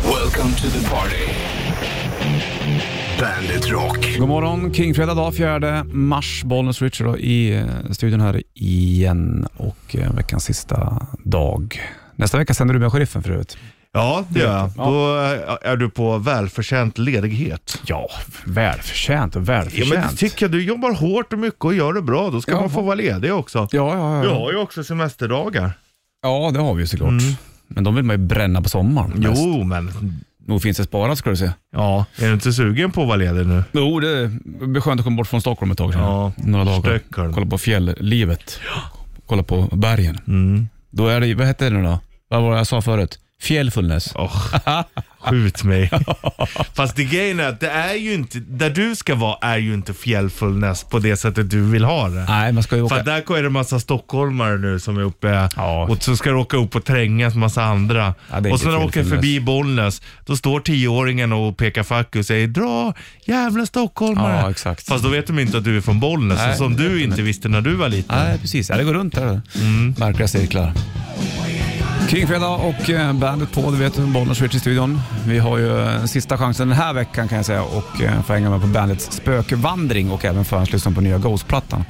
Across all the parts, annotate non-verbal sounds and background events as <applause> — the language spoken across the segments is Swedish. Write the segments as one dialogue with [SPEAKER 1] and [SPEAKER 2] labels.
[SPEAKER 1] Welcome to the party. Bandit Rock.
[SPEAKER 2] God morgon, Kingfredag dag 4 mars. Bollnäs Richard då, i eh, studion här igen och eh, veckans sista dag. Nästa vecka sänder du med sheriffen förut.
[SPEAKER 3] Ja, det gör jag. Då eh, är du på välförtjänt ledighet.
[SPEAKER 2] Ja, välförtjänt och
[SPEAKER 3] Ja, men det
[SPEAKER 2] välförtjänt.
[SPEAKER 3] tycker jag. Du jobbar hårt och mycket och gör det bra. Då ska
[SPEAKER 2] Ja.
[SPEAKER 3] man få vara ledig också.
[SPEAKER 2] Ja, ja,
[SPEAKER 3] Du
[SPEAKER 2] ja.
[SPEAKER 3] har ju också semesterdagar.
[SPEAKER 2] ja, det har vi ju såklart. Men de vill man ju bränna på sommaren. mest.
[SPEAKER 3] Mm. Jo, men
[SPEAKER 2] Nog finns det sparat ska du se.
[SPEAKER 3] ja. är du inte sugen på att vara ledig nu?
[SPEAKER 2] Jo, det blir skönt att komma bort från Stockholm ett tag. sedan.
[SPEAKER 3] Ja,
[SPEAKER 2] Några dagar.
[SPEAKER 3] Stockholm.
[SPEAKER 2] Kolla på fjälllivet. Kolla på bergen.
[SPEAKER 3] Mm.
[SPEAKER 2] Då är det, vad hette det nu då? Vad var det jag sa förut? Fjällfullness.
[SPEAKER 3] Åh, skjut mig. <laughs> Fast det grejen är att det är ju inte, där du ska vara är ju inte fjällfullnäs på det sättet du vill ha det.
[SPEAKER 2] Nej, man ska ju
[SPEAKER 3] För
[SPEAKER 2] åka...
[SPEAKER 3] att där är det en massa stockholmare nu som är uppe
[SPEAKER 2] Ja.
[SPEAKER 3] och så ska de åka upp och trängas med massa andra.
[SPEAKER 2] Ja, det är
[SPEAKER 3] och så
[SPEAKER 2] inte
[SPEAKER 3] när de åker
[SPEAKER 2] tillfället.
[SPEAKER 3] förbi Bollnäs, då står tioåringen och pekar fack och säger dra jävla stockholmare.
[SPEAKER 2] Ja, exakt.
[SPEAKER 3] Fast då vet de inte att du är från Bollnäs,
[SPEAKER 2] Nej,
[SPEAKER 3] som du inte visste när du var liten.
[SPEAKER 2] Nej, precis. Ja, det går runt där. Mm. Märkliga cirklar. Kingfredag och eh, bandet på, du vet, Bollnäs Switch i studion. Vi har ju eh, sista chansen den här veckan kan jag säga och eh, få hänga med på bandets spökvandring och även förhandslyssna på nya Ghost-plattan.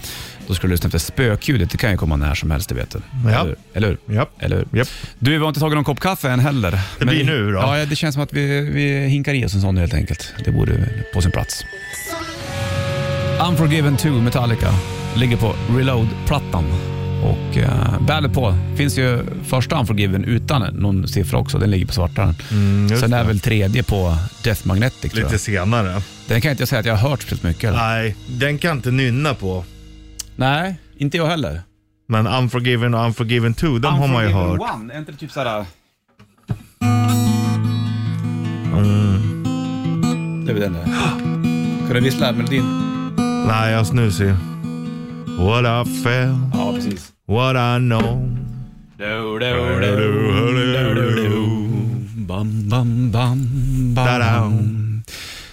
[SPEAKER 2] Då ska du lyssna efter spökljudet. Det kan ju komma när som helst, det vet du.
[SPEAKER 3] Ja.
[SPEAKER 2] Eller hur? Eller hur?
[SPEAKER 3] Japp.
[SPEAKER 2] Eller hur?
[SPEAKER 3] Japp.
[SPEAKER 2] Du, vi har inte tagit någon kopp kaffe än heller. Det
[SPEAKER 3] blir nu då.
[SPEAKER 2] Ja, det känns som att vi, vi hinkar i oss en sån helt enkelt. Det vore på sin plats. Unforgiven 2 Metallica ligger på Reload-plattan. Och eh, bandet på finns ju första Unforgiven utan någon siffra också. Den ligger på svartaren.
[SPEAKER 3] Mm, just
[SPEAKER 2] Sen är
[SPEAKER 3] det.
[SPEAKER 2] väl tredje på Death Magnetic tror
[SPEAKER 3] Lite
[SPEAKER 2] jag.
[SPEAKER 3] senare.
[SPEAKER 2] Den kan jag inte säga att jag har hört speciellt mycket. Eller?
[SPEAKER 3] Nej, den kan jag inte nynna på.
[SPEAKER 2] Nej, inte jag heller.
[SPEAKER 3] Men Unforgiven och Unforgiven 2, de har man ju hört.
[SPEAKER 2] One, är inte det typ såhär...
[SPEAKER 3] Mm.
[SPEAKER 2] Det är väl den där. Kan du vissla melodin?
[SPEAKER 3] Nej, jag snusar ju. What I felt,
[SPEAKER 2] Ja, precis.
[SPEAKER 3] what I know.
[SPEAKER 2] Bam, bam, bam, bam.
[SPEAKER 3] Tadam.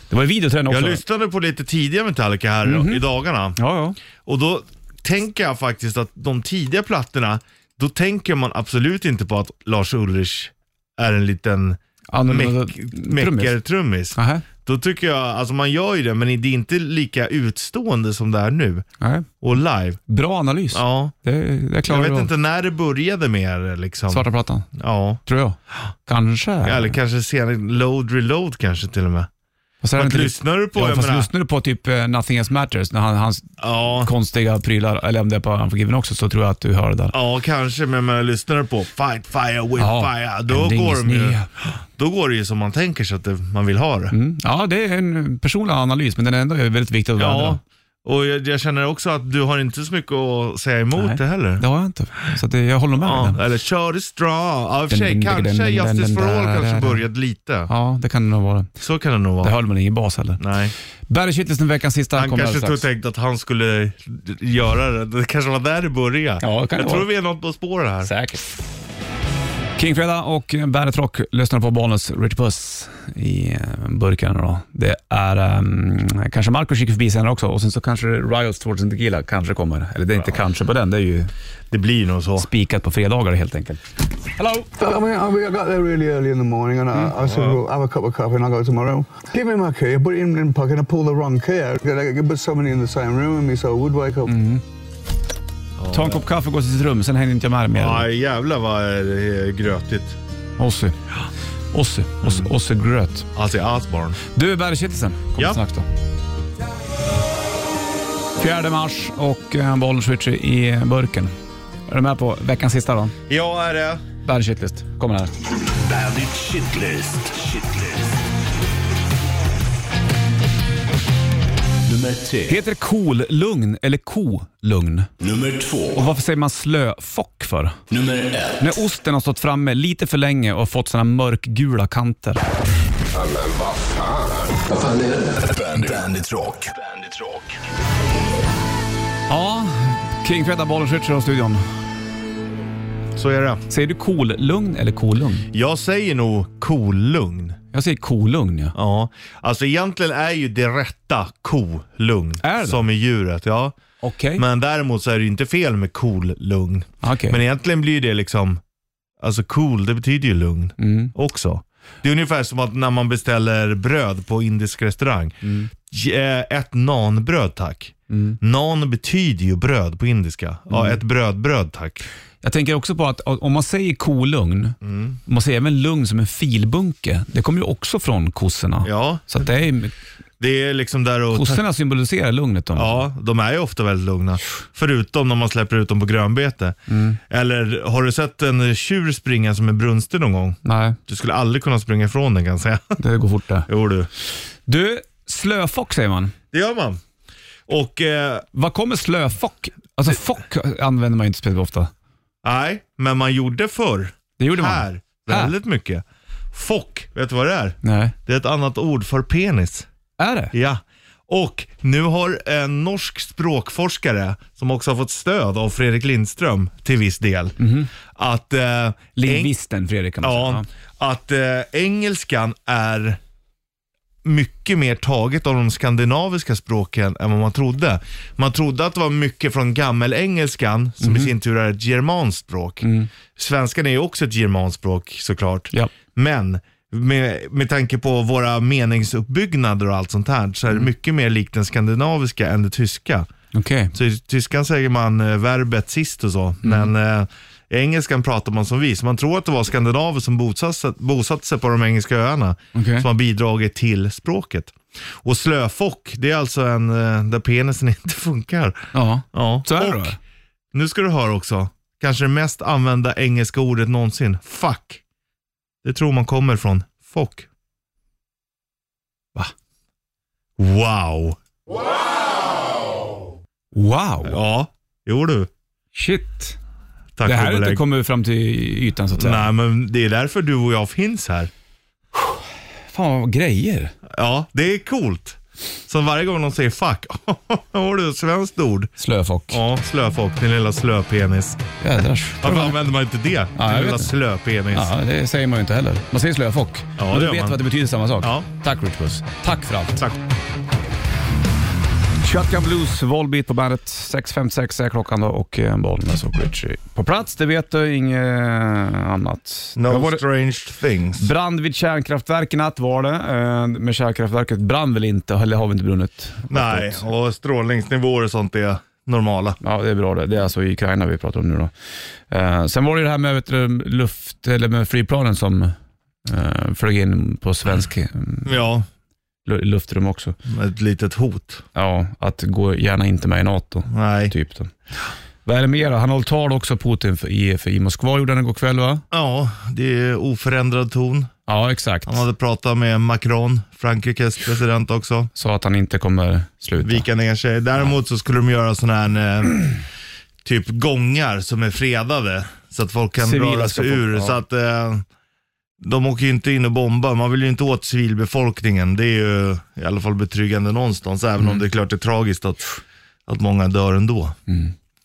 [SPEAKER 2] Det var ju video till den också. Mhm.
[SPEAKER 3] Jag lyssnade på lite tidiga Metallica här i dagarna.
[SPEAKER 2] Ja, ja.
[SPEAKER 3] Och då tänker jag faktiskt att de tidiga plattorna, då tänker man absolut inte på att Lars Ulrich är en liten
[SPEAKER 2] Annorlunda trummis.
[SPEAKER 3] meckertrummis.
[SPEAKER 2] Nähä,
[SPEAKER 3] Då tycker jag, alltså man gör ju det, men det är inte lika utstående som det är nu.
[SPEAKER 2] nej.
[SPEAKER 3] Och live.
[SPEAKER 2] Bra analys.
[SPEAKER 3] Ja.
[SPEAKER 2] Det, det
[SPEAKER 3] Jag
[SPEAKER 2] klarar
[SPEAKER 3] vet
[SPEAKER 2] du av.
[SPEAKER 3] inte när det började med det liksom.
[SPEAKER 2] Svarta plattan,
[SPEAKER 3] Ja.
[SPEAKER 2] tror jag. Kanske.
[SPEAKER 3] Eller kanske senare, load reload kanske till och med.
[SPEAKER 2] Fast är det
[SPEAKER 3] Vad
[SPEAKER 2] inte lite-
[SPEAKER 3] lyssnar du på?
[SPEAKER 2] Ja,
[SPEAKER 3] jag
[SPEAKER 2] fast
[SPEAKER 3] menar?
[SPEAKER 2] lyssnar du på typ eh, Nothing Else Matters, när han, hans
[SPEAKER 3] ja.
[SPEAKER 2] konstiga prylar, eller om det är på Unforgiven också, så tror jag att du hör det där.
[SPEAKER 3] Ja, kanske, men man lyssnar på Fight Fire with
[SPEAKER 2] Ja,
[SPEAKER 3] Fire, då
[SPEAKER 2] en
[SPEAKER 3] går, de ju,
[SPEAKER 2] dingesnia.
[SPEAKER 3] då går det ju som man tänker sig att det, man vill ha det.
[SPEAKER 2] Mm. Ja, det är en personlig analys, men den är ändå väldigt viktig att värdera.
[SPEAKER 3] Ja, och jag, jag känner också att du har inte så mycket att säga emot
[SPEAKER 2] Nej.
[SPEAKER 3] det heller.
[SPEAKER 2] Det har jag inte. Så att det, jag håller med dig.
[SPEAKER 3] Ja, eller kör det straw. Ja, i och för
[SPEAKER 2] Den,
[SPEAKER 3] sig,
[SPEAKER 2] den, den,
[SPEAKER 3] kanske
[SPEAKER 2] den, den,
[SPEAKER 3] Justice
[SPEAKER 2] den,
[SPEAKER 3] for All
[SPEAKER 2] där, där,
[SPEAKER 3] kanske
[SPEAKER 2] där.
[SPEAKER 3] börjat lite.
[SPEAKER 2] Ja, det kan det nog vara.
[SPEAKER 3] Så kan det nog
[SPEAKER 2] Det
[SPEAKER 3] vara.
[SPEAKER 2] höll man ingen bas heller.
[SPEAKER 3] Nej.
[SPEAKER 2] Barry Kittlesen, veckans sista,
[SPEAKER 3] Han
[SPEAKER 2] kommer
[SPEAKER 3] kanske
[SPEAKER 2] alldeles
[SPEAKER 3] tog
[SPEAKER 2] strax.
[SPEAKER 3] tänkt att han skulle göra det. Det kanske var där det började.
[SPEAKER 2] Ja, det kan det
[SPEAKER 3] jag tror
[SPEAKER 2] vara.
[SPEAKER 3] vi är något på spåret här.
[SPEAKER 2] Säkert. Kingfredag och Bandet Rock lyssnar på Bonus Rich Puss i eh, burken. Då. Det är ehm, kanske Marcus gick förbi senare också och sen så kanske Riots Towards and Tequila kanske kommer. Eller det är inte kanske på den, det är ju
[SPEAKER 3] Det blir nog så.
[SPEAKER 2] spikat på fredagar helt enkelt. Hello!
[SPEAKER 4] I mean, I, mean, I got there really early in the morning and I, I said, well, have a cup of coffee and I'll go tomorrow. Give me my key, I put it in my pocket and I pull the wrong key out. I could put somebody in the same room with me so I would wake up.
[SPEAKER 2] Ta en kopp kaffe och gå till sitt rum, sen hängde inte jag med mer.
[SPEAKER 3] Ja, jävlar vad det är grötigt.
[SPEAKER 2] Ossi. Ossi. Ossi, Ossi Gröt.
[SPEAKER 3] Alltså Asbarn.
[SPEAKER 2] Du, Bergkittelsen. Kom
[SPEAKER 3] Ja.
[SPEAKER 2] och snack då. 4 mars och eh, bollen switcher i burken. Är du med på veckans sista då?
[SPEAKER 3] Ja, är det.
[SPEAKER 2] Bergkittlist. Kommer här.
[SPEAKER 1] Bandit Shitlist. Shitlist. Nummer tre.
[SPEAKER 2] Heter cool lugn eller kolugn?
[SPEAKER 1] Nummer två.
[SPEAKER 2] Och varför säger man slöfock för?
[SPEAKER 1] Nummer ett.
[SPEAKER 2] När osten har stått framme lite för länge och fått såna mörkgula kanter.
[SPEAKER 1] Bandit, Bandit Rock. Bandit Rock.
[SPEAKER 2] Ja, Kingfredag, bollen switcher och studion.
[SPEAKER 3] Så är det.
[SPEAKER 2] Säger du kolugn eller kolugn?
[SPEAKER 3] Jag säger nog kolugn.
[SPEAKER 2] Jag säger kolugn ja.
[SPEAKER 3] Ja, alltså egentligen är ju det rätta kolugn.
[SPEAKER 2] Är det?
[SPEAKER 3] Som i djuret, ja.
[SPEAKER 2] Okej.
[SPEAKER 3] Men däremot så är det ju inte fel med kolugn.
[SPEAKER 2] Okej. Mm.
[SPEAKER 3] Men egentligen blir det liksom, alltså cool det betyder ju lugn också. Det är ungefär som att när man beställer bröd på indisk restaurang.
[SPEAKER 2] Mm.
[SPEAKER 3] Ge- Ett nanbröd tack. Nan betyder ju bröd på indiska.
[SPEAKER 2] Mm.
[SPEAKER 3] Ja, ett brödbröd tack.
[SPEAKER 2] Jag tänker också på att om man säger kolugn,
[SPEAKER 3] Mm.
[SPEAKER 2] man säger även lugn som en filbunke. Det kommer ju också från kossorna.
[SPEAKER 3] Ja,
[SPEAKER 2] Så att det är,
[SPEAKER 3] det är liksom där och...
[SPEAKER 2] kossorna symboliserar lugnet. Då.
[SPEAKER 3] Ja, de är ju ofta väldigt lugna. Förutom när man släpper ut dem på grönbete. Eller har du sett en tjur springa som en brunste någon gång?
[SPEAKER 2] Nej,
[SPEAKER 3] Du skulle aldrig kunna springa ifrån den kan jag säga.
[SPEAKER 2] det går fort det.
[SPEAKER 3] <laughs> Jo du.
[SPEAKER 2] Du, slöfock säger man.
[SPEAKER 3] Det gör man. Och eh,
[SPEAKER 2] Var kommer slöfock? Alltså fock använder man ju inte speciellt ofta.
[SPEAKER 3] nej, men man gjorde förr.
[SPEAKER 2] Det gjorde man.
[SPEAKER 3] Här. Väldigt mycket. Fock, vet du vad det är?
[SPEAKER 2] Nej.
[SPEAKER 3] Det är ett annat ord för penis.
[SPEAKER 2] Är det?
[SPEAKER 3] Ja. Och nu har en norsk språkforskare, som också har fått stöd av Fredrik Lindström till viss del, att eh, eng-
[SPEAKER 2] Lingvisten Fredrik kan man
[SPEAKER 3] Ja,
[SPEAKER 2] säga.
[SPEAKER 3] att eh, engelskan är mycket mer taget av de skandinaviska språken än vad man trodde. Man trodde att det var mycket från gammelengelskan, som i sin tur är ett germanskt språk. Svenskan är ju också ett germanskt språk såklart.
[SPEAKER 2] Ja.
[SPEAKER 3] Men med, med tanke på våra meningsuppbyggnader och allt sånt här så är det mycket mer likt den skandinaviska än det tyska.
[SPEAKER 2] Okej.
[SPEAKER 3] Så i tyskan säger man eh, verbet sist och så,
[SPEAKER 2] Mm.
[SPEAKER 3] men eh, i engelskan pratar man som vi. Så man tror att det var skandinaver som bosatte, bosatte sig på de engelska öarna
[SPEAKER 2] Okej.
[SPEAKER 3] som har bidragit till språket. Och slöfock, det är alltså en eh, där penisen <laughs> inte funkar.
[SPEAKER 2] Ja.
[SPEAKER 3] Ja.
[SPEAKER 2] Så är det
[SPEAKER 3] och,
[SPEAKER 2] då.
[SPEAKER 3] Nu ska du höra också, kanske det mest använda engelska ordet någonsin, fuck. Det tror man kommer från fock. Va? Wow.
[SPEAKER 2] Wow.
[SPEAKER 3] Ja, jo du.
[SPEAKER 2] Shit.
[SPEAKER 3] Tack
[SPEAKER 2] Det
[SPEAKER 3] och
[SPEAKER 2] här har inte
[SPEAKER 3] belägg.
[SPEAKER 2] kommit fram till ytan så att säga.
[SPEAKER 3] Nej, men det är därför du och jag finns här.
[SPEAKER 2] Fan vad grejer.
[SPEAKER 3] Ja, det är coolt. Som varje gång någon säger fuck. <laughs> Har du ett svenskt ord?
[SPEAKER 2] Slöfock.
[SPEAKER 3] Ja, slöfock, din lilla slöpenis.
[SPEAKER 2] Jädrars.
[SPEAKER 3] Varför använder man inte det?
[SPEAKER 2] jag
[SPEAKER 3] Din
[SPEAKER 2] vet
[SPEAKER 3] lilla
[SPEAKER 2] inte.
[SPEAKER 3] slöpenis.
[SPEAKER 2] Ja, det säger man ju inte heller. Man säger slöfock.
[SPEAKER 3] Ja,
[SPEAKER 2] Men
[SPEAKER 3] det
[SPEAKER 2] du
[SPEAKER 3] gör
[SPEAKER 2] vet
[SPEAKER 3] man.
[SPEAKER 2] vad det betyder samma sak.
[SPEAKER 3] Ja.
[SPEAKER 2] Tack Rich Puss. Tack för allt.
[SPEAKER 3] Tack.
[SPEAKER 2] Shotgun Blues, Volbeat på bandet. 6.56 är klockan då och en boll med Sock Richie. På plats, det vet du inget eh, annat. Det har
[SPEAKER 5] No
[SPEAKER 2] varit
[SPEAKER 5] strange things.
[SPEAKER 2] Brand vid kärnkraftverk i natt var det, eh, men kärnkraftverket brann väl inte, eller har väl inte brunnit?
[SPEAKER 3] Nej, och strålningsnivåer och sånt är normala.
[SPEAKER 2] Ja, det är bra det. Det är alltså i Ukraina vi pratar om nu då. Eh, sen var det ju det här med vet du, luft, eller med flygplanen som eh, flög in på svensk eh,
[SPEAKER 3] Ja,
[SPEAKER 2] lu- luftrum också.
[SPEAKER 3] ett litet hot.
[SPEAKER 2] Ja, att gå gärna inte med i NATO.
[SPEAKER 3] Nej.
[SPEAKER 2] Typ då. Vad är det mer? Han håller tal också, Putin, för i, för i Moskva gjorde han igår kväll va?
[SPEAKER 3] Ja, det är oförändrad ton.
[SPEAKER 2] Ja, exakt.
[SPEAKER 3] Han hade pratat med Macron, Frankrikes president också.
[SPEAKER 2] Sa att han inte kommer sluta.
[SPEAKER 3] vika ner sig. Däremot så skulle de göra sådana här eh, <clears throat> typ gångar som är fredade. Så att folk kan
[SPEAKER 2] Civila
[SPEAKER 3] röra
[SPEAKER 2] ska
[SPEAKER 3] sig
[SPEAKER 2] få-
[SPEAKER 3] ur.
[SPEAKER 2] ja.
[SPEAKER 3] Så att eh, de åker ju inte in och bombar. Man vill ju inte åt civilbefolkningen. Det är ju i alla fall betryggande någonstans. Även
[SPEAKER 2] Mm.
[SPEAKER 3] om det är klart det är tragiskt att, att många dör ändå.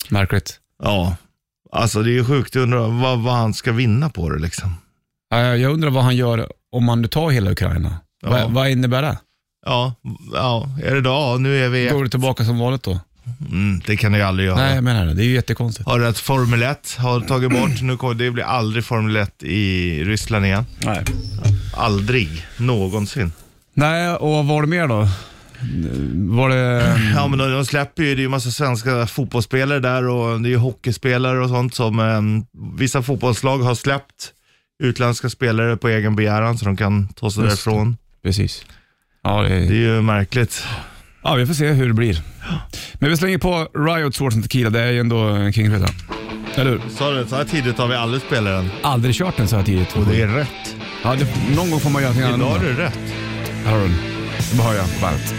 [SPEAKER 2] Märkligt.
[SPEAKER 3] Ja, alltså det är ju sjukt. Jag undrar vad, vad han ska vinna på det liksom.
[SPEAKER 2] Ja, Jag undrar vad han gör om man nu tar hela Ukraina.
[SPEAKER 3] Ja.
[SPEAKER 2] Vad, vad innebär det?
[SPEAKER 3] Ja, ja, är det då? Ja, nu är vi...
[SPEAKER 2] Går det tillbaka som vanligt då?
[SPEAKER 3] Mm, det kan det ju aldrig göra.
[SPEAKER 2] Nej, jag menar det. Det är ju jättekonstigt.
[SPEAKER 3] Har att Formel 1 har tagit bort. Nu kommer, det blir aldrig Formel 1 i Ryssland igen.
[SPEAKER 2] Nej.
[SPEAKER 3] Aldrig. Någonsin.
[SPEAKER 2] Nej, och vad var det mer då? Var det...
[SPEAKER 3] <clears throat> Ja men de, de släpper ju, det är ju massa svenska fotbollsspelare där och det är ju hockeyspelare och sånt som eh, vissa fotbollslag har släppt utländska spelare på egen begäran så de kan ta sig
[SPEAKER 2] Just det.
[SPEAKER 3] därifrån.
[SPEAKER 2] Precis. Ja, det
[SPEAKER 3] Det är ju märkligt.
[SPEAKER 2] ja, vi får se hur det blir. Men vi slänger på Riot Swords and Tequila. Det är ju ändå en King-skiva. Eller hur?
[SPEAKER 3] Sa du, så här tidigt har vi aldrig spelat den.
[SPEAKER 2] Aldrig kört den så här tidigt.
[SPEAKER 3] Och det är rätt.
[SPEAKER 2] Ja, det, någon gång får man göra någonting
[SPEAKER 3] Idag
[SPEAKER 2] annorlunda.
[SPEAKER 3] är det rätt.
[SPEAKER 2] Här har du den. Det behöver jag på bandet.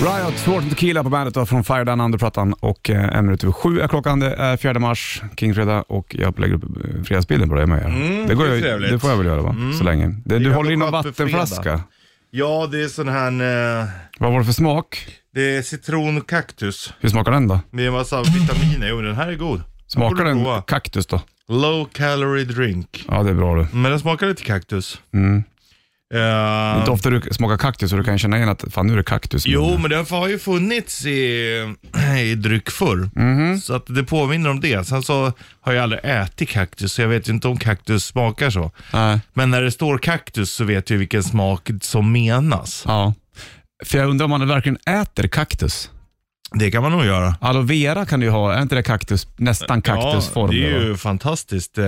[SPEAKER 2] Riot, Sword and Tequila på bandet då, från Fire Down Under-plattan och eh, en minut över sju är klockan. Det är 4 mars, Kingfredag och jag lägger upp eh, fredagsbilden på dig med. det, går
[SPEAKER 3] Mm, det är
[SPEAKER 2] jag,
[SPEAKER 3] trevligt. Mm.
[SPEAKER 2] det får jag väl göra va? Så länge. Det, du
[SPEAKER 3] är
[SPEAKER 2] håller i någon
[SPEAKER 3] skönt för fredag.
[SPEAKER 2] vattenflaska.
[SPEAKER 3] Ja, det är sån här, eh,
[SPEAKER 2] Vad var det för smak?
[SPEAKER 3] det är citronkaktus.
[SPEAKER 2] Hur smakar den då?
[SPEAKER 3] Det är en massa vitaminer. Jo, den här är god.
[SPEAKER 2] Smakar
[SPEAKER 3] Borde
[SPEAKER 2] den
[SPEAKER 3] prova.
[SPEAKER 2] kaktus då?
[SPEAKER 3] Low calorie drink.
[SPEAKER 2] Ja, det är bra du.
[SPEAKER 3] Men den smakar lite kaktus. Eh,
[SPEAKER 2] Det är Mm. inte ofta du smakar kaktus och du kan känna igen att fan nu är det kaktus.
[SPEAKER 3] Jo, men den har ju funnits i, <clears throat> i dryck förr.
[SPEAKER 2] Mhm.
[SPEAKER 3] Så att det påminner om det. Sen så har jag aldrig ätit kaktus, så jag vet ju inte om kaktus smakar så.
[SPEAKER 2] Nej.
[SPEAKER 3] Men när det står kaktus så vet jag ju vilken smak som menas.
[SPEAKER 2] Ja. För jag undrar om man verkligen äter kaktus.
[SPEAKER 3] Det kan man nog göra.
[SPEAKER 2] Aloe vera kan du ju ha, är inte det kaktus? Nästan kaktusform.
[SPEAKER 3] Ja, det är
[SPEAKER 2] eller vad?
[SPEAKER 3] ju fantastiskt eh,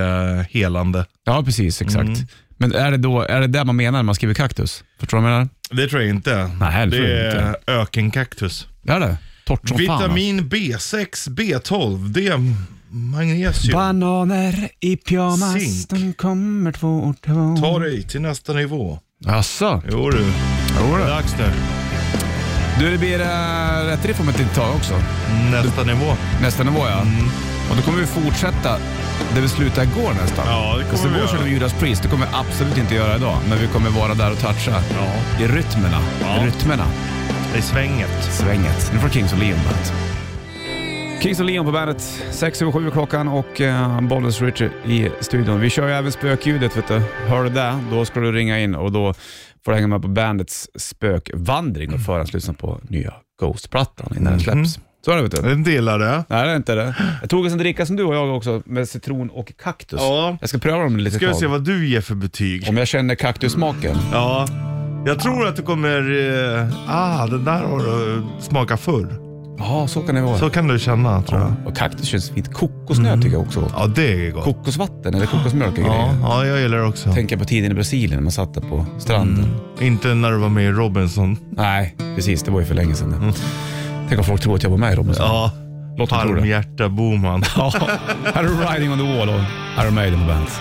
[SPEAKER 3] helande.
[SPEAKER 2] ja precis, exakt.
[SPEAKER 3] Mm.
[SPEAKER 2] Men är det, då, är det det man menar när man skriver kaktus? Förstår du vad jag menar?
[SPEAKER 3] Det tror jag inte.
[SPEAKER 2] Nej, det tror jag
[SPEAKER 3] är ökenkaktus.
[SPEAKER 2] Det är det. Torrt som fan. alltså.
[SPEAKER 3] Vitamin B6, B12, det är magnesium.
[SPEAKER 2] Bananer i pyjamas,
[SPEAKER 3] Zink.
[SPEAKER 2] de kommer två och två.
[SPEAKER 3] Ta dig till nästa nivå.
[SPEAKER 2] Jaså?
[SPEAKER 3] Jo du. Det är dags nu.
[SPEAKER 2] Du, det blir äh, rätt riff om ett litet tag också.
[SPEAKER 3] Nästa nivå.
[SPEAKER 2] Nästa nivå ja.
[SPEAKER 3] Mm.
[SPEAKER 2] Och då kommer vi fortsätta där vi slutade igår nästan.
[SPEAKER 3] Ja, det kommer
[SPEAKER 2] Fast
[SPEAKER 3] vi
[SPEAKER 2] igår
[SPEAKER 3] göra.
[SPEAKER 2] körde vi Judas Priest, det kommer vi absolut inte göra idag. Men vi kommer vara där och toucha
[SPEAKER 3] Ja.
[SPEAKER 2] i rytmerna.
[SPEAKER 3] Ja.
[SPEAKER 2] Rytmerna.
[SPEAKER 3] Det är svänget.
[SPEAKER 2] Svänget. Nu får Kings och Leon på bandet. Kings och Leon på bandet. Sex över sju är klockan och eh, Bollnäs Richard i studion. Vi kör ju även spökljudet vet du. Hör du det? Då ska du ringa in och då får du hänga med på bandets spökvandring och förhandslyssna på nya Ghost-plattan innan
[SPEAKER 3] Mhm.
[SPEAKER 2] den släpps. Så är det vet du.
[SPEAKER 3] Den delar det.
[SPEAKER 2] Nej, det är inte det. Jag tog en sån dricka som du och jag också med citron och kaktus.
[SPEAKER 3] Ja.
[SPEAKER 2] Jag ska pröva dem lite
[SPEAKER 3] Ska vi
[SPEAKER 2] tag.
[SPEAKER 3] se vad du ger för betyg.
[SPEAKER 2] Om jag känner kaktussmaken.
[SPEAKER 3] Ja. Jag tror att du kommer... Eh, ah, den där har du eh, smakat förr.
[SPEAKER 2] Ja, så kan det vara.
[SPEAKER 3] Så kan du känna tror jag.
[SPEAKER 2] Och kaktus känns fint. Kokosnöt tycker jag också.
[SPEAKER 3] Ja, det är gott.
[SPEAKER 2] Kokosvatten eller kokosmjölk är
[SPEAKER 3] Ja,
[SPEAKER 2] grejer.
[SPEAKER 3] ja, jag gillar det också.
[SPEAKER 2] Tänker på tiden i Brasilien när man satt där på stranden.
[SPEAKER 3] Mm. Inte när du var med i Robinson.
[SPEAKER 2] Nej, precis. Det var ju för länge sedan. Mm. Tänk om folk tror att jag var med i Robinson.
[SPEAKER 3] Ja.
[SPEAKER 2] Låt dem tro det.
[SPEAKER 3] Palmhjärta Boman.
[SPEAKER 2] Ja, här är Riding on the Wall och Iron Maiden på bandet.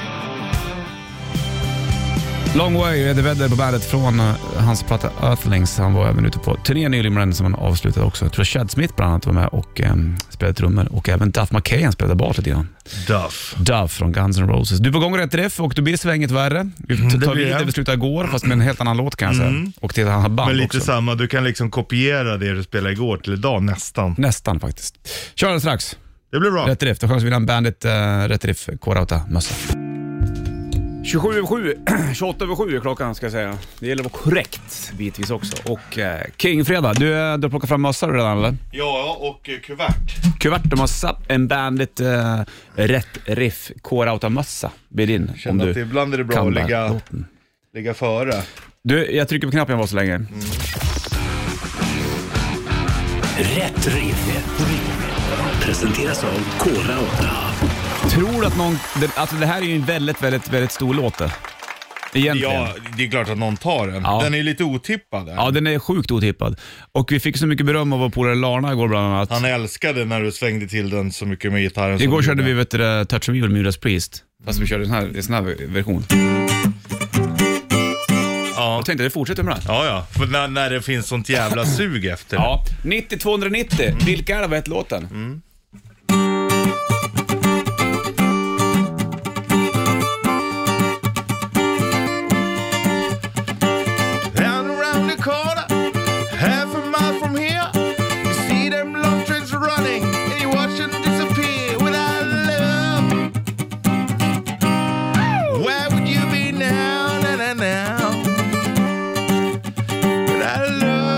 [SPEAKER 2] Long Way är The Weather på bandet från eh, hans platta Earthlings. Han var även ute på turné nyligen med den som han avslutade också. Jag tror Chad Smith bland annat var med och um, spelade trummor och även Duff McKagan spelade bas lite grann.
[SPEAKER 3] Duff.
[SPEAKER 2] Duff från Guns N' Roses. Du är på gång med rätt riff och du blir svänget värre. Vi
[SPEAKER 3] Mm, det
[SPEAKER 2] tar
[SPEAKER 3] blir
[SPEAKER 2] vid
[SPEAKER 3] jag.
[SPEAKER 2] där vi slutade igår fast med en helt annan låt kan jag säga. Och till ett annat band
[SPEAKER 3] Men lite
[SPEAKER 2] också.
[SPEAKER 3] samma, du kan liksom kopiera det du spelade igår till idag nästan.
[SPEAKER 2] Nästan faktiskt. Kör den strax.
[SPEAKER 3] Det blir bra.
[SPEAKER 2] Rätt Riff. Då chans att vinna en Bandit uh, Rätt Riff K-Rauta-mössa. 27 över <clears throat> 7, 28 över 7 är klockan ska jag säga. Det gäller att vara korrekt bitvis också. Och eh, King-fredag, du, eh, du har plockat fram mössa redan eller?
[SPEAKER 3] Ja, och eh, kuvert.
[SPEAKER 2] Kuvert och mössa, en Bandit eh, Rätt Riff K-Rauta-mössa blir din.
[SPEAKER 3] Känner att
[SPEAKER 2] du
[SPEAKER 3] ibland är det bra
[SPEAKER 2] kan
[SPEAKER 3] att
[SPEAKER 2] bära
[SPEAKER 3] ligga,
[SPEAKER 2] låten.
[SPEAKER 3] ligga före.
[SPEAKER 2] Du, jag trycker på knappen jag var så länge.
[SPEAKER 1] Rätt riff. Rätt riff. Presenteras av Kora 8.
[SPEAKER 2] Tror du att någon... Det, alltså det här är ju en väldigt, väldigt, väldigt stor låt det. Egentligen.
[SPEAKER 3] Ja, det är klart att någon tar den.
[SPEAKER 2] Ja.
[SPEAKER 3] Den är ju lite otippad.
[SPEAKER 2] Ja, den är sjukt otippad. Och vi fick så mycket beröm av vår polare Larna igår bland annat.
[SPEAKER 3] Han älskade när du svängde till den så mycket med gitarren. som
[SPEAKER 2] Igår
[SPEAKER 3] du
[SPEAKER 2] körde vi
[SPEAKER 3] gjorde.
[SPEAKER 2] vet du, det, Touch of Evil med Judas Priest. Fast vi körde en sån här, en sån här version.
[SPEAKER 3] Ja,
[SPEAKER 2] Jag tänkte det fortsätter med det här.
[SPEAKER 3] ja. ja. För när, när det finns sånt jävla sug efter.
[SPEAKER 2] Ja. 90-290, vilka är det? Vad heter låten?
[SPEAKER 3] Mm. Down around the corner, half a mile from here. You see them long trains running, and you watch them disappear without love. Where would you be now, na na now? Without love.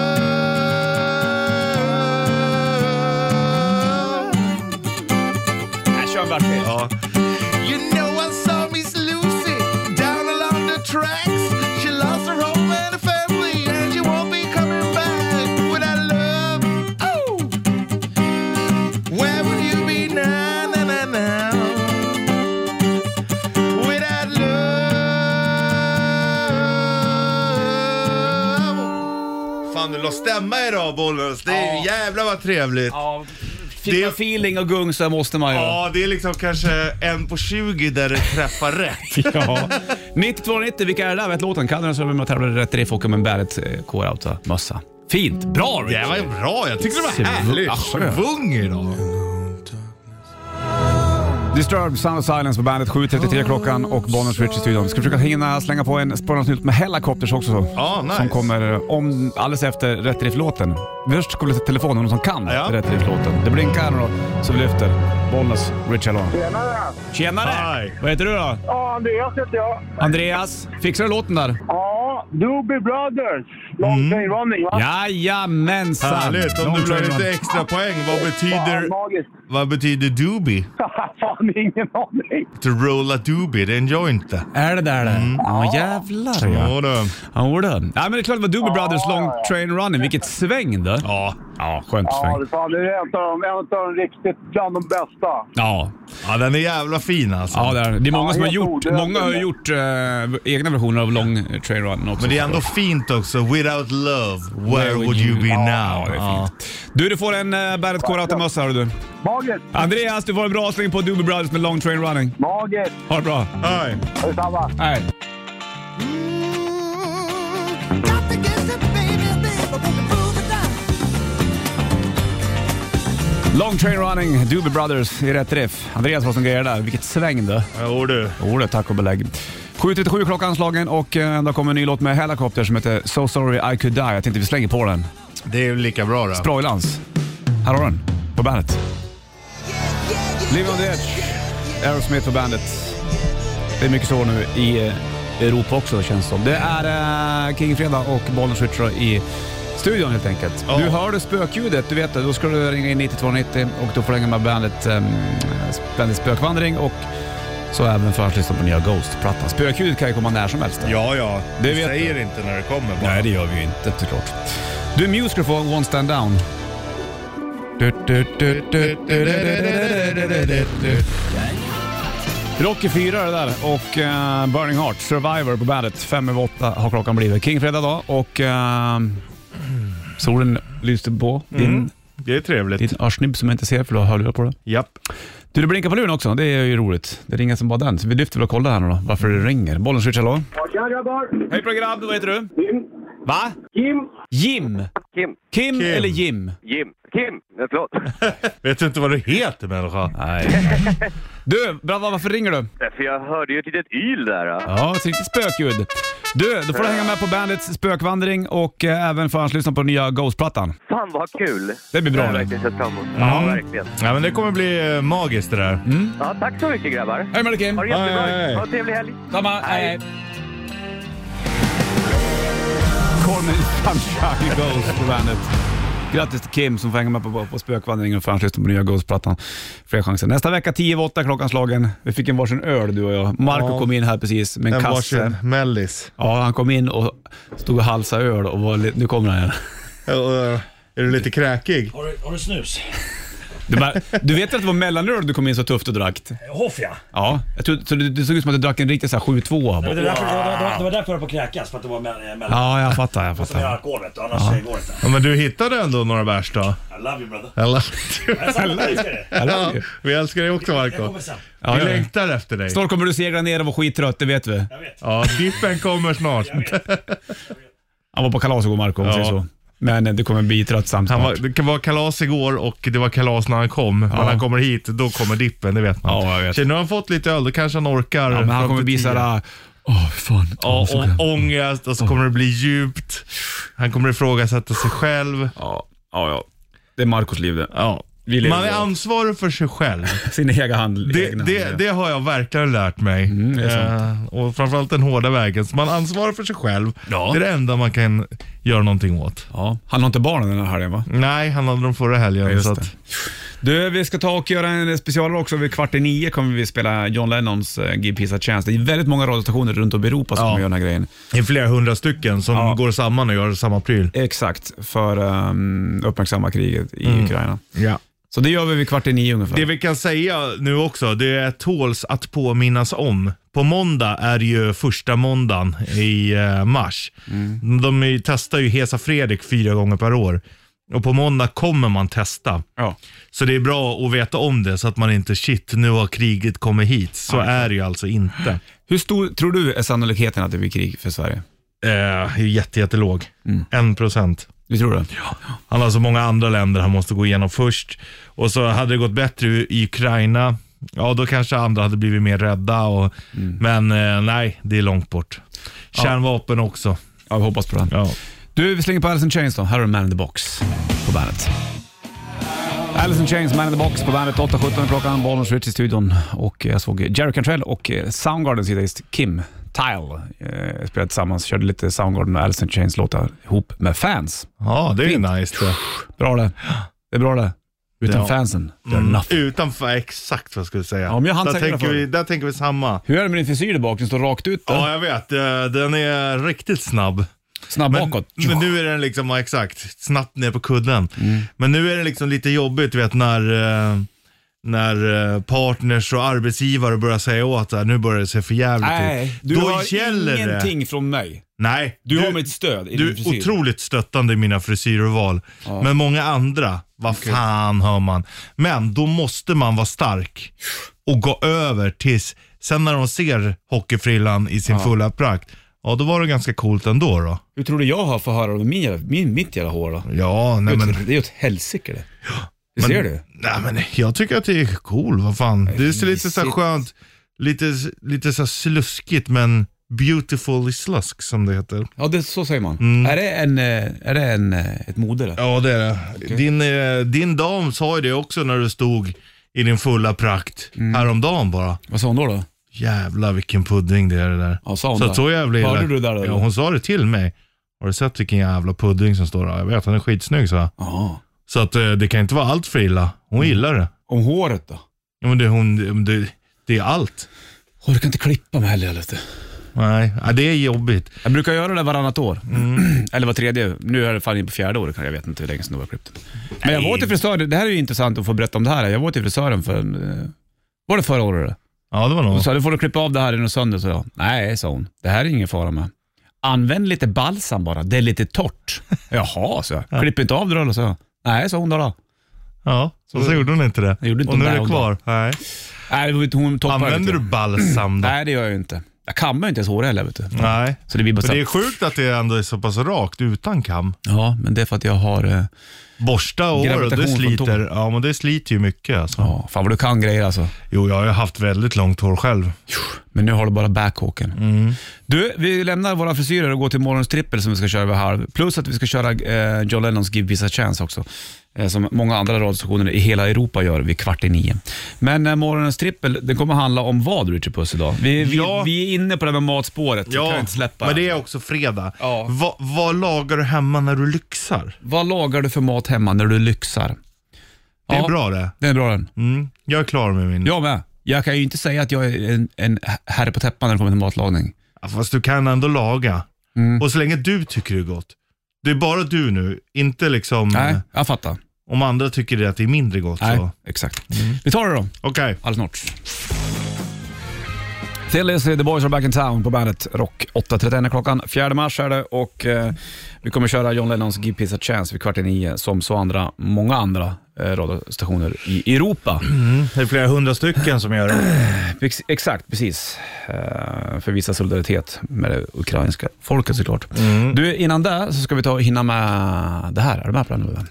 [SPEAKER 2] Jag kör bara till.
[SPEAKER 3] Ja. You know I saw Miss Lucy down along the tracks. She lost her home and her family, and she won't be coming back without love. Oh, where would you be now, now, now, now? Without love. Fan, du la stämma idag Bollnäs. Det är ju jävlar vad trevligt.
[SPEAKER 2] Ja, fick
[SPEAKER 3] Det-
[SPEAKER 2] man feeling och gung så måste man ju.
[SPEAKER 3] Ja, det är liksom kanske en på 20 där det träffar rätt.
[SPEAKER 2] Ja. 9290, vilka är det där? Vet låten? Kan du den så vill man tävla i rätt riff och om en Bandet K-Rauta-mössa. eh, Fint, bra
[SPEAKER 3] Det var
[SPEAKER 2] Richard!
[SPEAKER 3] ju bra, jag tyckte det
[SPEAKER 2] Svung.
[SPEAKER 3] var härligt.
[SPEAKER 2] Ja, skönt.
[SPEAKER 3] Svung idag.
[SPEAKER 2] Disturbed, Sound of Silence på Bandet 7.33 klockan och Bonus Rich i studion. Vi ska försöka hinna slänga på en spårans nytt med Hellacopters också.
[SPEAKER 3] Ja, nice.
[SPEAKER 2] Som kommer om, alldeles efter Rätt Riff-låten. Först ska vi ta telefonen, någon som kan
[SPEAKER 3] Ja.
[SPEAKER 2] Rätt Riff-låten. Det blinkar här nu då, så vi lyfter. Bonus Rich Alon.
[SPEAKER 5] Tjenare!
[SPEAKER 2] Tjenare!
[SPEAKER 3] Hej.
[SPEAKER 2] Vad heter du då?
[SPEAKER 5] Ja, Andreas heter jag.
[SPEAKER 2] Andreas, fixar du låten där?
[SPEAKER 5] Ja, Ja, Doobie Brothers. Long train running, va?
[SPEAKER 2] Jajamensan!
[SPEAKER 3] Härligt! Om du
[SPEAKER 2] Long
[SPEAKER 3] vill ha
[SPEAKER 2] train
[SPEAKER 3] lite
[SPEAKER 2] run.
[SPEAKER 3] extra poäng, vad
[SPEAKER 5] Fan,
[SPEAKER 3] betyder,
[SPEAKER 5] magiskt. <laughs>
[SPEAKER 3] vad betyder doobie?
[SPEAKER 5] Fan, ingen aning.
[SPEAKER 3] To roll a doobie, det är en joint det.
[SPEAKER 2] Är det där det?
[SPEAKER 3] Mm.
[SPEAKER 2] Ja, jävlar ja.
[SPEAKER 3] Jodå.
[SPEAKER 2] Jodå. Ja, men det är klart det var Doobie Brothers Long Train Running. Vilket sväng du.
[SPEAKER 3] Ja.
[SPEAKER 2] Ja, skönt
[SPEAKER 5] Ja,
[SPEAKER 2] sväng.
[SPEAKER 5] det fan, det är en av de, en av de riktigt bland de bästa.
[SPEAKER 2] Ja,
[SPEAKER 3] ja, den är jävla fin alltså.
[SPEAKER 2] ja det är det. Det är många
[SPEAKER 5] Ja,
[SPEAKER 2] som har
[SPEAKER 5] helt
[SPEAKER 2] gjort,
[SPEAKER 5] odödlig.
[SPEAKER 2] många har ju gjort eh, egna versioner av Long Train Run också.
[SPEAKER 3] Men det är ändå fint också. Without love, where would you be now?
[SPEAKER 2] Ja, det är fint. Du, du får en uh, Bandet K-Rauta-mössa hör du.
[SPEAKER 5] Magiskt!
[SPEAKER 2] Andreas, du får en bra släng på Doobie Brothers med Long Train Running.
[SPEAKER 5] Magiskt!
[SPEAKER 2] Ha det bra.
[SPEAKER 3] Ja. Hej.
[SPEAKER 5] Detsamma!
[SPEAKER 2] Hej. Long Train Running, Doobie Brothers i rätt riff. Andreas, vad som grejer där. Vilket sväng du.
[SPEAKER 3] Jo du.
[SPEAKER 2] Jo det, tack och belägg. 7.37 klockan slagen och eh, det kommer en ny låt med Helicopter som heter So Sorry I Could Die. Jag tänkte vi slänger på den.
[SPEAKER 3] Det är ju lika bra det.
[SPEAKER 2] Broilans. Här har du den, på bandet. Live on the edge. Aerosmith på bandet. Det är mycket så nu i eh, Europa också det känns som. Det är eh, King Fredag och Bollnäs Ritcher i studion helt enkelt.
[SPEAKER 3] Ja.
[SPEAKER 2] Du hörde spökljudet, du vet det. Då ska du ringa in 9290 och då får du hänga med bandet, um, bandet Spökvandring och så även för att lyssna på nya Ghost-plattan. Spökljudet kan ju komma när som helst.
[SPEAKER 3] Ja, ja.
[SPEAKER 2] Det
[SPEAKER 3] Du
[SPEAKER 2] vet
[SPEAKER 3] säger inte när det kommer bara.
[SPEAKER 2] Nej, det gör vi ju inte såklart. Du, Muse ska få One Stand Down. Du, du, du, du, du, du, du, du, du, du, du. Rocky 4 det där och eh, Burning Heart, Survivor på bandet. Fem över åtta har klockan blivit. Kingfredag dag och eh, solen lyste på. Din,
[SPEAKER 3] Det är trevligt.
[SPEAKER 2] din örsnibb som jag inte ser för du har hörlurar på det.
[SPEAKER 3] Japp.
[SPEAKER 2] Du, det blinkar på luren också. Det är ju roligt. Det ringer som bara den. Så vi lyfter väl och kollar här nu då varför det ringer. Bollen switch, hallå?
[SPEAKER 5] Tja grabbar!
[SPEAKER 2] Hej på dig, grabb, vad heter du?
[SPEAKER 5] Kim.
[SPEAKER 2] Va?
[SPEAKER 5] Kim.
[SPEAKER 2] Jim.
[SPEAKER 5] Kim.
[SPEAKER 2] Kim,
[SPEAKER 3] Kim.
[SPEAKER 2] eller Jim?
[SPEAKER 5] Jim. Kim. Nej,
[SPEAKER 3] <laughs>
[SPEAKER 5] Förlåt.
[SPEAKER 3] Vet du inte vad du heter människa?
[SPEAKER 2] Nej. <laughs> Du, Brava, varför ringer du?
[SPEAKER 5] För jag hörde ju ett litet yl där. Ja.
[SPEAKER 2] Ja, ett riktigt spökljud. Du, då får du hänga med på bandets spökvandring och eh, även förhandslyssna på nya Ghost-plattan.
[SPEAKER 5] Fan vad kul!
[SPEAKER 2] Det blir bra.
[SPEAKER 5] Det har jag verkligen sett fram emot. Ja, verkligen.
[SPEAKER 3] Ja, men det kommer bli eh, magiskt det där.
[SPEAKER 5] Ja, tack så mycket grabbar.
[SPEAKER 2] Hej med dig Kim!
[SPEAKER 5] Ha det jättebra.
[SPEAKER 3] Hej, hej.
[SPEAKER 5] Ha en trevlig helg.
[SPEAKER 2] Samma,
[SPEAKER 5] Hej.
[SPEAKER 2] Corny Sunshine Ghost på bandet. Grattis till Kim som får hänga med på, på spökvandringen och förhandslyssna på nya Ghost-plattan. Fler chanser. Nästa vecka 10 över åtta klockan slagen. Vi fick en varsin öl du och jag. Marco
[SPEAKER 3] Ja.
[SPEAKER 2] kom in här precis med en,
[SPEAKER 3] En
[SPEAKER 2] kasse.
[SPEAKER 3] varsin mellis.
[SPEAKER 2] Ja, han kom in och stod och halsade öl och var, li- nu kommer han igen.
[SPEAKER 3] Eh, eh, Är du lite kräkig?
[SPEAKER 1] Har du, har du snus?
[SPEAKER 2] Du, bara, du vet att det var mellanöl du kom in så tufft och drack?
[SPEAKER 1] Eh, Hoff ja.
[SPEAKER 2] Ja, jag trodde, så det, det såg ut som att du drack en riktig så här 7-2.
[SPEAKER 1] Men
[SPEAKER 2] bara.
[SPEAKER 1] Det var därför, det var- det var, det var därför jag höll på att kräkas, för att det var mellan... mellan-
[SPEAKER 2] Ja, jag fattar, jag
[SPEAKER 1] Som är
[SPEAKER 2] fattar.
[SPEAKER 1] alkohol vet du, annars eh, går det inte.
[SPEAKER 3] Ja, men du hittade ändå några bärs då?
[SPEAKER 1] I love you <laughs> brother.
[SPEAKER 3] Eller?
[SPEAKER 1] Jag är samma älskare.
[SPEAKER 2] I
[SPEAKER 3] Ja,
[SPEAKER 2] love you.
[SPEAKER 3] <laughs> vi älskar dig också
[SPEAKER 1] Jag
[SPEAKER 3] Marco.
[SPEAKER 1] kommer sen.
[SPEAKER 2] Ja,
[SPEAKER 3] Vi
[SPEAKER 2] ja.
[SPEAKER 3] längtar efter dig.
[SPEAKER 2] Snart kommer du segra ner och vara skittrött, det vet vi.
[SPEAKER 1] Jag vet.
[SPEAKER 3] Ja, dippen kommer snart.
[SPEAKER 2] Han var på kalas igår Marco, om vi
[SPEAKER 3] Ja.
[SPEAKER 2] säger så. Men eh, du kommer bli tröttsam
[SPEAKER 3] <laughs> Han var,
[SPEAKER 2] snart.
[SPEAKER 3] det var kalas igår och det var kalas när han kom. Men han kommer hit, då kommer dippen, det vet man.
[SPEAKER 2] Ja, jag vet.
[SPEAKER 3] Så nu har han fått lite öl, då kanske han orkar.
[SPEAKER 2] Ja, men han
[SPEAKER 3] fram
[SPEAKER 2] kommer
[SPEAKER 3] till
[SPEAKER 2] bli
[SPEAKER 3] tio.
[SPEAKER 2] såhär... Åh, fan.
[SPEAKER 3] Ja,
[SPEAKER 2] Åh, så kan-
[SPEAKER 3] och ångest och så kommer det bli djupt. Han kommer ifrågasätta sig själv.
[SPEAKER 2] Ja, ja, ja. Det är Marcos liv det.
[SPEAKER 3] Ja.
[SPEAKER 2] lever
[SPEAKER 3] Man är
[SPEAKER 2] av-
[SPEAKER 3] ansvarig för sig själv.
[SPEAKER 2] Sin egen hand.
[SPEAKER 3] Det,
[SPEAKER 2] egna
[SPEAKER 3] det,
[SPEAKER 2] hand,
[SPEAKER 3] det har jag verkligen lärt mig.
[SPEAKER 2] det är sant.
[SPEAKER 3] Eh, och framförallt den hårda vägen. Så man ansvarar för sig själv.
[SPEAKER 2] Ja.
[SPEAKER 3] Det är det enda man kan göra någonting åt.
[SPEAKER 2] Ja. Han har inte barnen den här helgen va?
[SPEAKER 3] Nej, han hade dem förra helgen.
[SPEAKER 2] just
[SPEAKER 3] så
[SPEAKER 2] det.
[SPEAKER 3] att,
[SPEAKER 2] Du, vi ska ta och göra en specialare också. Vid kvart i nio kommer vi spela John Lennons eh, Give Peace a Chance. Det är väldigt många radiostationer runt om i Europa som
[SPEAKER 3] Ja.
[SPEAKER 2] gör den här grejen.
[SPEAKER 3] det är flera hundra stycken som
[SPEAKER 2] Ja.
[SPEAKER 3] går samman och gör samma pryl.
[SPEAKER 2] Exakt, för um, uppmärksamma kriget i Ukraina.
[SPEAKER 3] Ja.
[SPEAKER 2] Så det gör vi vid kvart i nio ungefär.
[SPEAKER 3] Mm. Det vi kan säga nu också, det tåls att påminnas om. På måndag är ju första måndagen i eh, mars.
[SPEAKER 2] Mm.
[SPEAKER 3] De är ju- testar ju Hesa Fredrik fyra gånger per år. Och på måndag kommer man testa.
[SPEAKER 2] Ja.
[SPEAKER 3] Så det är bra att veta om det så att man inte, shit nu har kriget kommit hit. Så är det ju alltså inte.
[SPEAKER 2] Hur stor tror du är sannolikheten att det blir krig för Sverige?
[SPEAKER 3] Eh, jätte, jättelåg. En procent.
[SPEAKER 2] Du tror det?
[SPEAKER 3] Han har så många andra länder han måste gå igenom först. Och så hade det gått bättre i Ukraina, ja då kanske andra hade blivit mer rädda. Och, Men eh, nej, det är långt bort. Kärnvapen också.
[SPEAKER 2] Ja, vi hoppas på det.
[SPEAKER 3] Ja.
[SPEAKER 2] Du, vi slänger på Alice in Chains då. Här är Man in the Box på bandet. Alice in Chains, Man in the Box på bandet. 8.17 klockan, Bollnäs Ritz i studion. Och jag såg Jerry Cantrell och eh, Soundgarden sida eh, Kim Tile. Eh, spelade tillsammans, körde lite Soundgarden och Alice in Chains låtar ihop med fans.
[SPEAKER 3] Ja, det är ju nice det.
[SPEAKER 2] Bra det. Det är bra det. Utan
[SPEAKER 3] Ja.
[SPEAKER 2] fansen, they're nothing.
[SPEAKER 3] Mm. Utanför, exakt vad jag skulle säga.
[SPEAKER 2] Ja, men jag hann
[SPEAKER 3] där,
[SPEAKER 2] säga det
[SPEAKER 3] tänker
[SPEAKER 2] förr.
[SPEAKER 3] vi, där tänker vi samma.
[SPEAKER 2] Hur är det med din frisyr där bak? Den står rakt ut där.
[SPEAKER 3] Ja, jag vet. Eh, Den är riktigt snabb.
[SPEAKER 2] Snabb
[SPEAKER 3] Men,
[SPEAKER 2] bakåt.
[SPEAKER 3] men nu är den liksom, ja, exakt, snabbt ner på kudden. Men nu är det liksom lite jobbigt, du vet när, eh, när eh, partners och arbetsgivare börjar säga åt det här, nu börjar det se för jävligt
[SPEAKER 2] Nej,
[SPEAKER 3] ut.
[SPEAKER 2] du
[SPEAKER 3] Då
[SPEAKER 2] har
[SPEAKER 3] gäller
[SPEAKER 2] ingenting
[SPEAKER 3] det.
[SPEAKER 2] från mig.
[SPEAKER 3] Nej,
[SPEAKER 2] Du, har mitt stöd i
[SPEAKER 3] Du
[SPEAKER 2] din
[SPEAKER 3] är
[SPEAKER 2] frisyr.
[SPEAKER 3] otroligt stöttande i mina frisyrval. Men många andra, vad fan hör man. Men då måste man vara stark och gå över tills, sen när de ser hockeyfrillan i sin fulla prakt, ja då var det ganska coolt ändå då.
[SPEAKER 2] Hur tror du jag har fått höra om min, jävla- min, mitt jävla hår då?
[SPEAKER 3] Ja, nej men.
[SPEAKER 2] Det är ju ett helsike det. Det ser du.
[SPEAKER 3] Nej men jag tycker att det är cool, vad fan. Det ser lite så här
[SPEAKER 2] mysigt.
[SPEAKER 3] skönt, lite, lite så här sluskigt men beautifully slusk som det heter.
[SPEAKER 2] Ja, det, så säger man. Är det, en, eh, är det en, eh, ett mode det?
[SPEAKER 3] Mm. Ja det är det. Din, eh, din dam sa ju det också när du stod i din fulla prakt häromdagen bara.
[SPEAKER 2] Vad sa hon då? då?
[SPEAKER 3] Jävlar vilken pudding det är det där.
[SPEAKER 2] Ja, sa hon
[SPEAKER 3] så,
[SPEAKER 2] det?
[SPEAKER 3] att så jävla illa.
[SPEAKER 2] Hörde du det där, eller?
[SPEAKER 3] Ja, hon sa det till mig. Har du sett vilken jävla pudding som står där? Jag vet, han är skitsnygg så.
[SPEAKER 2] Ja.
[SPEAKER 3] Så att eh, det kan inte vara allt för illa. Hon gillar det.
[SPEAKER 2] Om håret då?
[SPEAKER 3] Ja, men det, hon, det, det är allt.
[SPEAKER 2] Hår, du kan inte klippa mig heller lite.
[SPEAKER 3] Nej, ja, det är jobbigt.
[SPEAKER 2] Jag brukar göra det varannat år.
[SPEAKER 3] Mm.
[SPEAKER 2] <clears throat> Eller var tredje. Nu är det fan in på fjärde året. kanske. Jag vet inte hur länge sedan det var klippt. Men jag var till frisören. Det här är ju intressant att få berätta om det här. Jag var till frisören för en, eh, Var det förra året?
[SPEAKER 3] Ja, det var nog.
[SPEAKER 2] Hon sa, du får du klippa av det här innan sönder. Så jag, nej, sa hon. Det här är ingen fara med. Använd lite balsam bara. Det är lite torrt. Jaha, så jag. Klipp inte av det då, så jag. Nej, sa hon då. då.
[SPEAKER 3] Ja, och så gjorde hon inte det.
[SPEAKER 2] gjorde inte
[SPEAKER 3] och nu
[SPEAKER 2] hon där
[SPEAKER 3] är det
[SPEAKER 2] och
[SPEAKER 3] kvar. Nej.
[SPEAKER 2] Nej, det var inte hon toppade
[SPEAKER 3] Använder
[SPEAKER 2] vet
[SPEAKER 3] du
[SPEAKER 2] jag.
[SPEAKER 3] balsam då?
[SPEAKER 2] Nej, det gör jag ju inte. Jag kammar ju inte ens hår heller, vet du.
[SPEAKER 3] Nej.
[SPEAKER 2] Så det blir bara
[SPEAKER 3] För
[SPEAKER 2] så här-
[SPEAKER 3] det är sjukt att det ändå är så pass rakt utan kam.
[SPEAKER 2] Ja, men det är för att jag har... eh,
[SPEAKER 3] Borsta år,
[SPEAKER 2] Gravitation
[SPEAKER 3] det
[SPEAKER 2] från
[SPEAKER 3] sliter,
[SPEAKER 2] tån.
[SPEAKER 3] ja, men det sliter ju mycket. Alltså.
[SPEAKER 2] Ja, fan vad du kan grejer alltså.
[SPEAKER 3] Jo, jag har ju haft väldigt långt hår själv.
[SPEAKER 2] Men nu har du bara backhawken.
[SPEAKER 3] Mm.
[SPEAKER 2] Du, vi lämnar våra frisyrer och går till morgons trippel som vi ska köra vid halv. Plus att vi ska köra eh, John Lennons Give Peace a Chance också. Eh, som många andra radiostationer i hela Europa gör vid kvart i nio. Men eh, morgonens trippel, den kommer handla om vad Richard Puss idag? Vi, vi,
[SPEAKER 3] Ja.
[SPEAKER 2] vi är inne på det här med matspåret. vi kan inte släppa.
[SPEAKER 3] men det är också fredag.
[SPEAKER 2] Ja.
[SPEAKER 3] Va, vad lagar du hemma när du lyxar?
[SPEAKER 2] Vad lagar du för mat hemma när du lyxar?
[SPEAKER 3] Det är
[SPEAKER 2] Ja,
[SPEAKER 3] bra det.
[SPEAKER 2] Det är bra den.
[SPEAKER 3] Mm. Jag är klar med min.
[SPEAKER 2] Jag med. Jag kan ju inte säga att jag är en, en herre på täppan när det kommer till matlagning.
[SPEAKER 3] Ja, Fast du kan ändå laga.
[SPEAKER 2] Mm.
[SPEAKER 3] Och så länge du tycker det är gott. Det är bara du nu, inte liksom
[SPEAKER 2] Nej,
[SPEAKER 3] eh,
[SPEAKER 2] jag fattar.
[SPEAKER 3] om andra tycker det att det är mindre gott.
[SPEAKER 2] Nej,
[SPEAKER 3] så. Mm.
[SPEAKER 2] exakt. Vi tar det då.
[SPEAKER 3] Okej.
[SPEAKER 2] alldeles snart. Phillies, The Boys Are Back In Town på bandet Rock. 8.31 är klockan. 4 mars är det och eh, vi kommer köra John Lennons Give Peace a Chance vid kvart i nio som så andra, många andra eh, radiostationer i Europa.
[SPEAKER 3] Det är flera hundra stycken som gör det.
[SPEAKER 2] Ex- Exakt, precis. Eh, För att visa solidaritet med det ukrainska folket såklart. Du, innan det så ska vi ta och hinna med det här. Är du med på den? Ludde?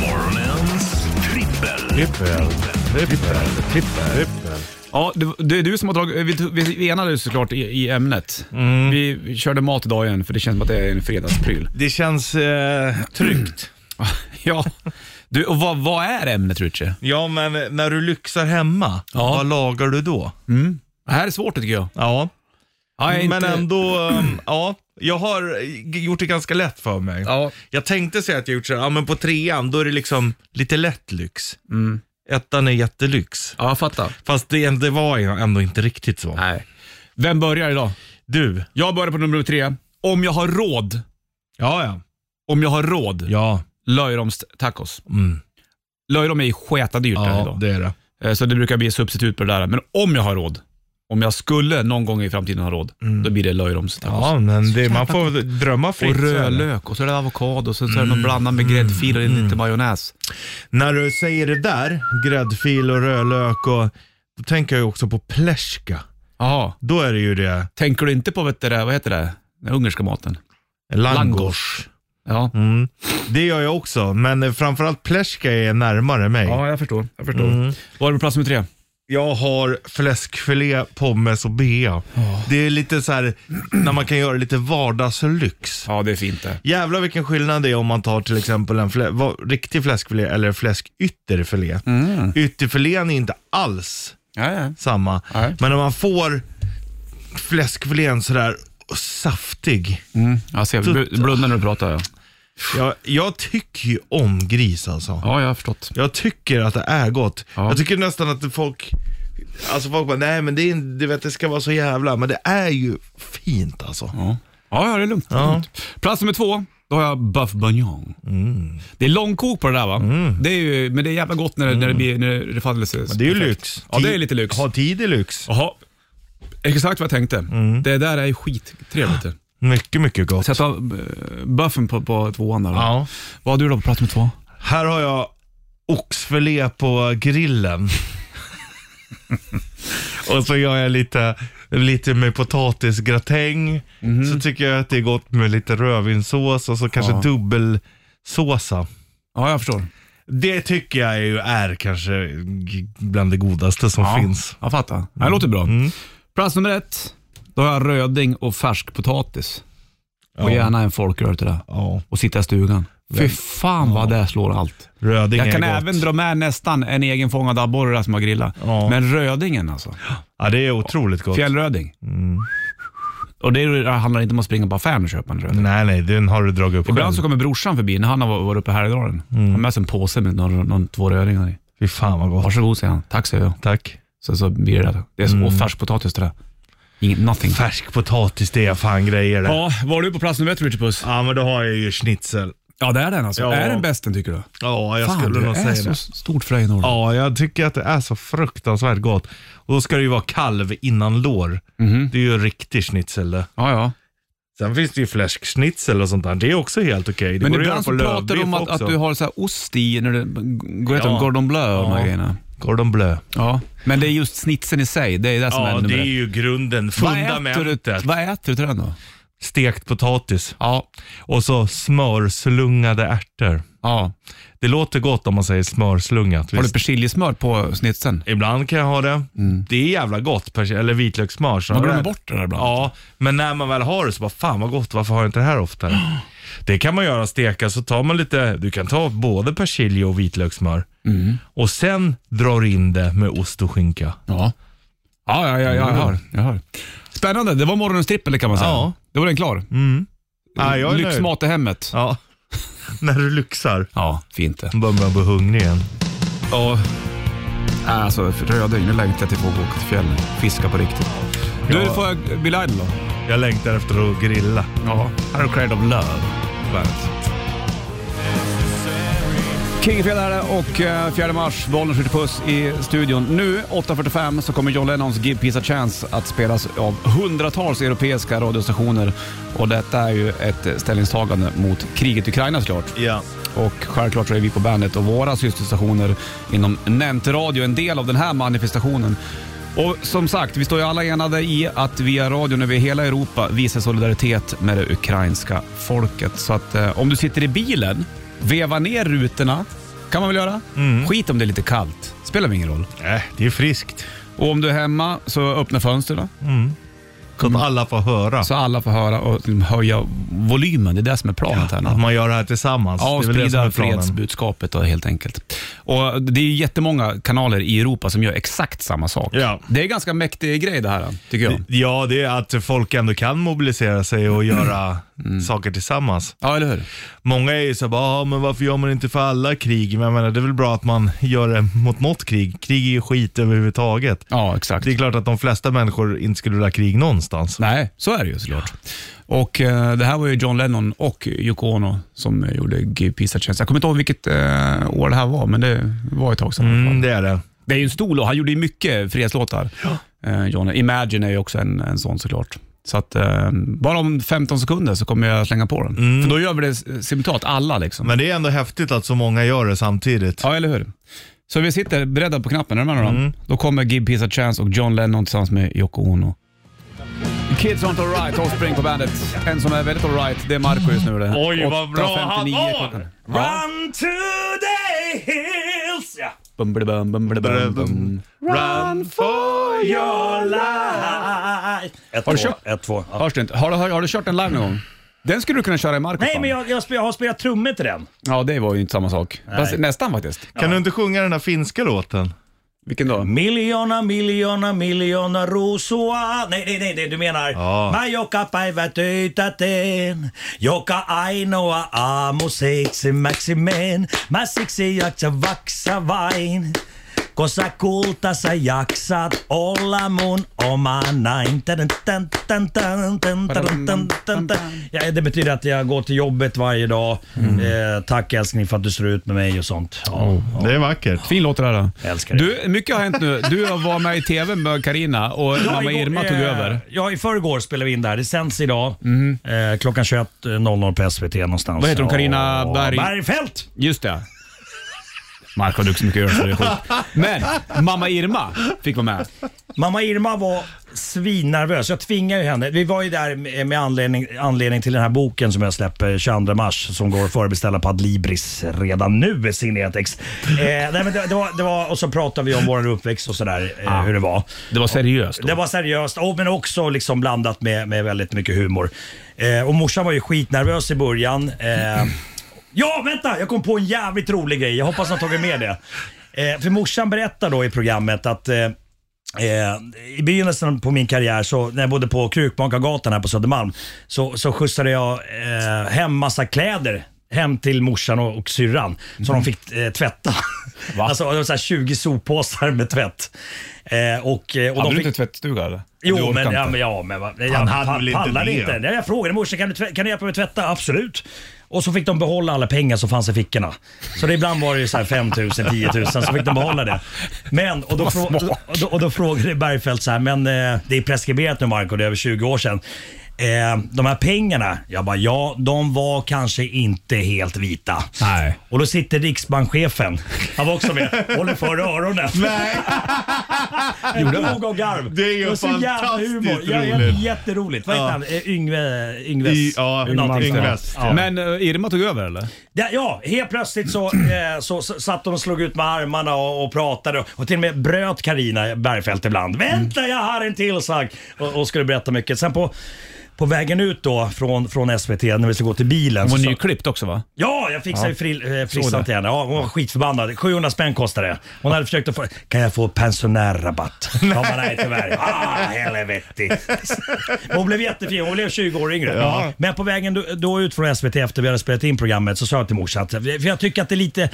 [SPEAKER 1] Morgonens trippel.
[SPEAKER 3] Trippel, trippel, trippel, trippel.
[SPEAKER 2] Ja, det, det är du som har dragit... Vi, vi, vi enades såklart i, i ämnet. Vi, vi körde mat idag igen, för det känns som att det är en <laughs> fredagspryl.
[SPEAKER 3] Det känns eh, tryggt.
[SPEAKER 2] ja. Du, och vad, vad är ämnet, Richie?
[SPEAKER 3] Ja, men när du lyxar hemma,
[SPEAKER 2] Ja.
[SPEAKER 3] vad lagar du då?
[SPEAKER 2] Det här är svårt tycker jag.
[SPEAKER 3] Ja,
[SPEAKER 2] Ja, jag är
[SPEAKER 3] men
[SPEAKER 2] inte-
[SPEAKER 3] ändå, ehm, ja. Jag har eh, gjort det ganska lätt för mig.
[SPEAKER 2] Ja.
[SPEAKER 3] Jag tänkte säga att jag gjort så här, ja men på trean, då är det liksom lite lätt lyx.
[SPEAKER 2] Mm.
[SPEAKER 3] Ettan är jättelyx.
[SPEAKER 2] ja, jag fattar.
[SPEAKER 3] Fast det, det var ju ändå inte riktigt så.
[SPEAKER 2] Nej. Vem börjar idag?
[SPEAKER 3] Du.
[SPEAKER 2] Jag börjar på nummer tre. Om jag har råd,
[SPEAKER 3] Ja, ja.
[SPEAKER 2] om jag har råd,
[SPEAKER 3] Ja,
[SPEAKER 2] löjromstacos.
[SPEAKER 3] mm.
[SPEAKER 2] Löjrom är ju sketadyrt här
[SPEAKER 3] ja
[SPEAKER 2] idag.
[SPEAKER 3] det är det.
[SPEAKER 2] Eh, Så det brukar bli substitut på det där. Men om jag har råd, om jag skulle någon gång i framtiden ha råd, då blir det löjromstacos.
[SPEAKER 3] Ja, men det, man får drömma fritt.
[SPEAKER 2] Och
[SPEAKER 3] så är det.
[SPEAKER 2] rödlök och så är det Mm. avokado och så är det någon blandad med gräddfil och lite majonnäs.
[SPEAKER 3] När du säger det där, gräddfil och rödlök och då tänker jag ju också på pleska.
[SPEAKER 2] Jaha,
[SPEAKER 3] Då är det ju det.
[SPEAKER 2] tänker du inte på vet du, det, vad heter det, den ungerska maten?
[SPEAKER 3] Langos.
[SPEAKER 2] Ja.
[SPEAKER 3] Mm. Det gör jag också, men eh, framförallt pleska är närmare mig.
[SPEAKER 2] jag förstår. Jag förstår. Var är du på plats nummer tre?
[SPEAKER 3] Jag har fläskfilé, pommes och bea. Det är lite så här när man kan göra lite vardagslyx.
[SPEAKER 2] Ja, det är fint det.
[SPEAKER 3] Jävlar vilken skillnad det är om man tar till exempel en flä- va- riktig fläskfilé eller fläskytterfilé. Ytterfilén är inte alls
[SPEAKER 2] Ja, ja.
[SPEAKER 3] samma.
[SPEAKER 2] Nej.
[SPEAKER 3] Men om man får fläskfilén sådär saftig.
[SPEAKER 2] Mm. Jag ser, bl- blundar när du pratar. Ja,
[SPEAKER 3] Jag, jag tycker ju om gris alltså.
[SPEAKER 2] ja jag har förstått.
[SPEAKER 3] Jag tycker att det är gott.
[SPEAKER 2] Ja.
[SPEAKER 3] Jag tycker nästan att folk, alltså folk bara, nej men det, är, en- du vet, det ska vara så jävla, men det är ju fint alltså.
[SPEAKER 2] Ja, ja ja, det är lugnt. Det är lugnt. Plats nummer två, då har jag Buff Bunyan. Det är långkok på det där va? Det är ju, men det är jävla gott när det, när det, blir, när det faller sig.
[SPEAKER 3] Men det är ju
[SPEAKER 2] perfekt.
[SPEAKER 3] lyx.
[SPEAKER 2] Mm. Ja, det
[SPEAKER 3] Tid-
[SPEAKER 2] är lite lyx.
[SPEAKER 3] Ha tid är lyx.
[SPEAKER 2] Jaha, exakt vad jag tänkte. Det där är ju skittrevligt. det.
[SPEAKER 3] Mycket, mycket gott.
[SPEAKER 2] Sätta eh, buffen på, på tvåan där. va?
[SPEAKER 3] Ja.
[SPEAKER 2] Vad har du då på plats nummer två?
[SPEAKER 3] Här har jag oxfilé på grillen. Och så gör jag lite, lite med potatisgratäng. Så tycker jag att det är gott med lite rödvinssås och så kanske
[SPEAKER 2] Mhm. Ja.
[SPEAKER 3] dubbelsåsa.
[SPEAKER 2] Ja, jag förstår.
[SPEAKER 3] Det tycker jag ju är kanske g- bland det godaste som
[SPEAKER 2] Ja, Mm.
[SPEAKER 3] finns.
[SPEAKER 2] Jag fattar. Det låter bra. Plats nummer ett, då har jag röding och färsk potatis. Och gärna en folkrör till det.
[SPEAKER 3] Ja.
[SPEAKER 2] Och sitta i stugan. Fy fan vad det slår allt.
[SPEAKER 3] Röding
[SPEAKER 2] Jag
[SPEAKER 3] är
[SPEAKER 2] kan
[SPEAKER 3] gott.
[SPEAKER 2] även dra med nästan en egenfångad abborre där som jag grillar.
[SPEAKER 3] Ja.
[SPEAKER 2] Men rödingen alltså.
[SPEAKER 3] Ja, det är otroligt gott.
[SPEAKER 2] Fjällröding.
[SPEAKER 3] Mm.
[SPEAKER 2] Och det är- det handlar inte om att springa på affären och köpa en röding.
[SPEAKER 3] Nej, nej, den har du dragit upp
[SPEAKER 2] Ibland
[SPEAKER 3] själv.
[SPEAKER 2] så kommer brorsan förbi när han har varit uppe här i dagen.
[SPEAKER 3] Mm.
[SPEAKER 2] Han har med sig en påse med någon, någon, två rödingar i.
[SPEAKER 3] Fy fan vad gott.
[SPEAKER 2] Varsågod säger han. Tack säger jag.
[SPEAKER 3] Tack.
[SPEAKER 2] Så, så blir det det. Det är som mm. färskpotatis det där. Ingen, nothing.
[SPEAKER 3] Färsk potatis, det är fan grejer det.
[SPEAKER 2] Ja, var du på plats nummer ett Richard Puss?
[SPEAKER 3] Ja, men då har jag ju schnitzel.
[SPEAKER 2] Ja det är den alltså.
[SPEAKER 3] Ja.
[SPEAKER 2] Är den bäst den tycker du?
[SPEAKER 3] Ja, jag
[SPEAKER 2] Fan
[SPEAKER 3] skulle
[SPEAKER 2] du
[SPEAKER 3] nog
[SPEAKER 2] är
[SPEAKER 3] säga
[SPEAKER 2] så
[SPEAKER 3] det.
[SPEAKER 2] stort fröjd Norman.
[SPEAKER 3] Ja, jag tycker att det är så fruktansvärt gott. Och då ska det ju vara kalv innan lår.
[SPEAKER 2] Mhm.
[SPEAKER 3] Det är ju en riktig schnitzel det.
[SPEAKER 2] ja. ja.
[SPEAKER 3] Sen finns det ju fläskschnitzel och sånt där. Det är också helt okej. Det
[SPEAKER 2] Men
[SPEAKER 3] går att göra
[SPEAKER 2] ibland så
[SPEAKER 3] på
[SPEAKER 2] pratar du om
[SPEAKER 3] lövbiff
[SPEAKER 2] att, att
[SPEAKER 3] också.
[SPEAKER 2] du har så här ost i, när du, går ja.
[SPEAKER 3] Ja.
[SPEAKER 2] Gordon Bleu och de här
[SPEAKER 3] Ja.
[SPEAKER 2] grejerna.
[SPEAKER 3] Gordon Bleu.
[SPEAKER 2] Ja, men det är just snitsen i sig, det är det som
[SPEAKER 3] Ja,
[SPEAKER 2] är
[SPEAKER 3] det
[SPEAKER 2] nummer
[SPEAKER 3] är
[SPEAKER 2] ett.
[SPEAKER 3] ju grunden,
[SPEAKER 2] Vad äter, du,
[SPEAKER 3] fundamentet.
[SPEAKER 2] vad äter du till den då?
[SPEAKER 3] Stekt potatis
[SPEAKER 2] Ja,
[SPEAKER 3] och så smörslungade ärtor.
[SPEAKER 2] ja.
[SPEAKER 3] Det låter gott om man säger smörslungat.
[SPEAKER 2] har du
[SPEAKER 3] visst?
[SPEAKER 2] persiljesmör på snitsen?
[SPEAKER 3] Ibland kan jag ha det. Det är jävla gott, pers- eller vitlökssmör. så
[SPEAKER 2] Mm. Man
[SPEAKER 3] har
[SPEAKER 2] glömmer
[SPEAKER 3] det.
[SPEAKER 2] bort det där ibland.
[SPEAKER 3] Ja, men när man väl har det så bara, fan vad gott, varför har jag inte det här oftare?
[SPEAKER 2] <gasps>
[SPEAKER 3] Det kan man göra, steka, så tar man lite, du kan ta både persilja och vitlökssmör.
[SPEAKER 2] Mm.
[SPEAKER 3] Och sen drar in det med ost och skinka.
[SPEAKER 2] Ja. Ja, ja, ja, ja jag, hör, jag hör. Spännande, det var morgonens trippel kan man säga.
[SPEAKER 3] Mm. Ja.
[SPEAKER 2] Då var den klar.
[SPEAKER 3] Ja, jag är nöjd.
[SPEAKER 2] Lyxmat i hemmet. Ja,
[SPEAKER 3] Ja, <laughs> när du lyxar.
[SPEAKER 2] fint det.
[SPEAKER 3] Börjar man bli hungrig igen.
[SPEAKER 2] Ja. Alltså, för röding, nu längtar jag till att få åka till fjällen. Fiska på riktigt. Du,
[SPEAKER 3] Ja.
[SPEAKER 2] får jag Bill Idol då?
[SPEAKER 3] Jag längtar efter att grilla.
[SPEAKER 2] Ja. Här är Cradle of Love. King Fredag är det och eh, 4 mars, Bollnäs skjuter puss i studion. Nu 8.45 så kommer John Lennons Give Peace a Chance att spelas av hundratals europeiska radiostationer. Och detta är ju ett eh, ställningstagande mot kriget i Ukraina såklart.
[SPEAKER 3] Ja.
[SPEAKER 2] Och självklart så är vi på bandet och våra systerstationer inom Nämnt Radio en del av den här manifestationen. Och som sagt, vi står ju alla enade i att via radion över hela Europa visa solidaritet med det ukrainska folket. Så att eh, om du sitter i bilen, veva ner rutorna, kan man väl göra? Skit om det är lite kallt, spelar väl ingen roll.
[SPEAKER 3] Äh, det är friskt.
[SPEAKER 2] Och om du är hemma så öppna fönstren
[SPEAKER 3] Så att alla får höra.
[SPEAKER 2] Mm. så alla får höra och liksom höja volymen. Det är det som är planet här nu.
[SPEAKER 3] Att man gör det här tillsammans.
[SPEAKER 2] Ja, och
[SPEAKER 3] det är väl det som
[SPEAKER 2] sprida
[SPEAKER 3] är planen.
[SPEAKER 2] fredsbudskapet då, helt enkelt. Och Det är ju jättemånga kanaler i Europa som gör exakt samma sak.
[SPEAKER 3] Ja.
[SPEAKER 2] Det är en ganska mäktig grej det här, tycker jag.
[SPEAKER 3] Ja, det är att folk ändå kan mobilisera sig och göra saker tillsammans.
[SPEAKER 2] Ja, eller hur?
[SPEAKER 3] Många är ju så här, bara, "Ah, men varför gör man inte för alla krig? Men jag menar, det är väl bra att man gör det mot något krig. Krig är ju skit överhuvudtaget.
[SPEAKER 2] Ja, exakt.
[SPEAKER 3] Det är klart att de flesta människor inte skulle vilja ha krig någonstans.
[SPEAKER 2] Nej, så är det ju såklart. Och eh, Det här var ju John Lennon och Yoko Ono som eh, gjorde Give Peace a Chance. Jag kommer inte ihåg vilket eh, år det här var, men det var ett tag sedan.
[SPEAKER 3] Mm, det är det.
[SPEAKER 2] Det är ju en stor låt. Han gjorde ju mycket fredslåtar, eh, John. Imagine är ju också en, en sån såklart. Så att, eh, bara om 15 sekunder så kommer jag slänga på den. För då gör vi det s- simultant, alla liksom.
[SPEAKER 3] Mm. Men det är ändå häftigt att så många gör det samtidigt.
[SPEAKER 2] Ja, eller hur? Så vi sitter beredda på knappen, är du med nu då?
[SPEAKER 3] Mm.
[SPEAKER 2] Då kommer Give Peace a Chance och John Lennon tillsammans med Yoko Ono. Kids aren't alright, Offspring på bandet. En som är väldigt alright, det är Marco just nu. Det.
[SPEAKER 3] Oj, vad bra han
[SPEAKER 2] 8.59
[SPEAKER 3] var!
[SPEAKER 2] klockan. Ja.
[SPEAKER 3] to the hills! Ja.
[SPEAKER 2] Bum, bidi, bum, bum, bidi, bum, bum.
[SPEAKER 3] Run for your life!
[SPEAKER 2] Har du kört?
[SPEAKER 6] Ett, två. Ja.
[SPEAKER 2] Hörs det inte? Har, du, har, har du kört den live någon gång? Den skulle du kunna köra i Marco.
[SPEAKER 6] Nej,
[SPEAKER 2] fan.
[SPEAKER 6] men jag, jag, spel, jag har spelat trummor till den.
[SPEAKER 2] Ja, det var ju inte samma sak. Fast nästan faktiskt.
[SPEAKER 3] Kan du inte sjunga den här finska låten?
[SPEAKER 2] Vilken då?
[SPEAKER 6] Miljona, miljona, miljona rosua. Nej, nej, nej, nej du menar.
[SPEAKER 3] Joo.
[SPEAKER 6] Mä joka päivä töitä teen, joka ainoa aamu seitsemäksi meen. Mä siksi jaksa vaksa vain, koska kulta sä jaksat olla mun oma näin. Tän, tän, tän, tän, tän, tän, tän, tän, tän. Ja, det betyder att jag går till jobbet varje dag. Eh, tack älskling för att du står ut med mig och sånt. Ja.
[SPEAKER 3] Det är vackert.
[SPEAKER 2] Fin låt det där. då.
[SPEAKER 6] Jag älskar det.
[SPEAKER 2] Du, mycket har hänt nu. Du var med i TV med Karina och mamma
[SPEAKER 6] igår-
[SPEAKER 2] Irma tog
[SPEAKER 6] eh,
[SPEAKER 2] över.
[SPEAKER 6] Ja, i förrgår spelade vi in det här. Det sänds idag eh, klockan 21.00 på SVT någonstans.
[SPEAKER 2] Vad heter hon? Carina
[SPEAKER 6] Ja,
[SPEAKER 2] Berg-
[SPEAKER 6] Bergfeldt!
[SPEAKER 2] Just det. Mark har druckit så mycket öl så det är sjukt. Men mamma Irma fick vara med.
[SPEAKER 6] Mamma Irma var svinnervös. Jag tvingade ju henne. Vi var ju där eh, med- med anledning, anledning till den här boken som jag släpper 22 mars som går att förbeställa på Adlibris redan nu, signerat ex. Eh, nej, men det, det var, det var, och så pratade vi om vår uppväxt och sådär,
[SPEAKER 2] Ah.
[SPEAKER 6] eh, hur det var.
[SPEAKER 2] Det var seriöst då.
[SPEAKER 6] Det var seriöst, och, men också liksom blandat med, med väldigt mycket humor. Eh, och morsan var ju skitnervös i början. Eh, <clears throat> ja, vänta! Jag kom på en jävligt rolig grej. Jag hoppas ni har tagit med det. Eh, för morsan berättar då i programmet att eh, Eh, I begynnelsen på min karriär, så, när jag bodde på Krukmakargatan här på Södermalm, så, så skjutsade jag eh, hem massa kläder hem till morsan och, och syrran som
[SPEAKER 2] Mhm.
[SPEAKER 6] de fick eh, tvätta. <laughs> Alltså, det var så här 20 soppåsar med tvätt. Eh, och, eh, och de
[SPEAKER 2] Hade du
[SPEAKER 6] fick...
[SPEAKER 2] inte tvättstuga eller? Du
[SPEAKER 6] Jo,
[SPEAKER 2] orkar
[SPEAKER 6] men, ja,
[SPEAKER 2] inte.
[SPEAKER 6] men, ja, men vad- jag
[SPEAKER 3] Han hade
[SPEAKER 6] pa-
[SPEAKER 3] väl inte
[SPEAKER 6] pallar
[SPEAKER 3] det?
[SPEAKER 6] inte. Nej, Jag frågade morsan, kan du, tvä- kan du hjälpa mig att tvätta? Absolut. Och så fick de behålla alla pengar som fanns i fickorna. Så det ibland var det ju så här 5 000, 10 000, så fick de behålla det. Men, och då, frå- och då, och då frågade Bergfeldt så här, men eh, det är preskriberat nu Marco, det är över 20 år sedan. Eh, de här pengarna, jag bara ja, de var kanske inte helt vita.
[SPEAKER 2] Nej.
[SPEAKER 6] Och då sitter riksbankschefen, han var också med, håller för öronen.
[SPEAKER 3] Nej,
[SPEAKER 6] Gjorde han? Dog av garv.
[SPEAKER 3] Det är ju
[SPEAKER 6] var så jävla
[SPEAKER 3] fantastiskt
[SPEAKER 6] humor. Ja, ja,
[SPEAKER 3] roligt.
[SPEAKER 6] jätteroligt. Vad heter
[SPEAKER 3] Ja.
[SPEAKER 6] han? Eh, Yngve... Yngves?
[SPEAKER 3] I- ja,
[SPEAKER 6] Någonting.
[SPEAKER 3] Yngves.
[SPEAKER 6] Ja. Men,
[SPEAKER 2] Men eh, Irma tog över eller?
[SPEAKER 6] ja, ja, helt plötsligt så, eh, så, så satt de och slog ut med armarna och, och pratade och till och med bröt Karina Bergfeldt ibland. Vänta, jag har en till sak! Och, och skulle berätta mycket. Sen på, på vägen ut då från, från SVT när vi skulle gå till bilen.
[SPEAKER 2] Hon var
[SPEAKER 6] så-
[SPEAKER 2] nyklippt också va?
[SPEAKER 6] Ja, jag fixade ju frill- eh, frissan
[SPEAKER 2] det.
[SPEAKER 6] till henne. Ja, hon var skitförbannad. 700 spänn kostade det. Hon hade försökt att få... Kan jag få pensionärrabatt? Ja, men nej tyvärr. Ah, helvete. Hon blev jättefin. Hon blev 20 år yngre. Men på vägen då, då ut från SVT efter vi hade spelat in programmet så sa jag till morsan att... För jag tycker att det är lite,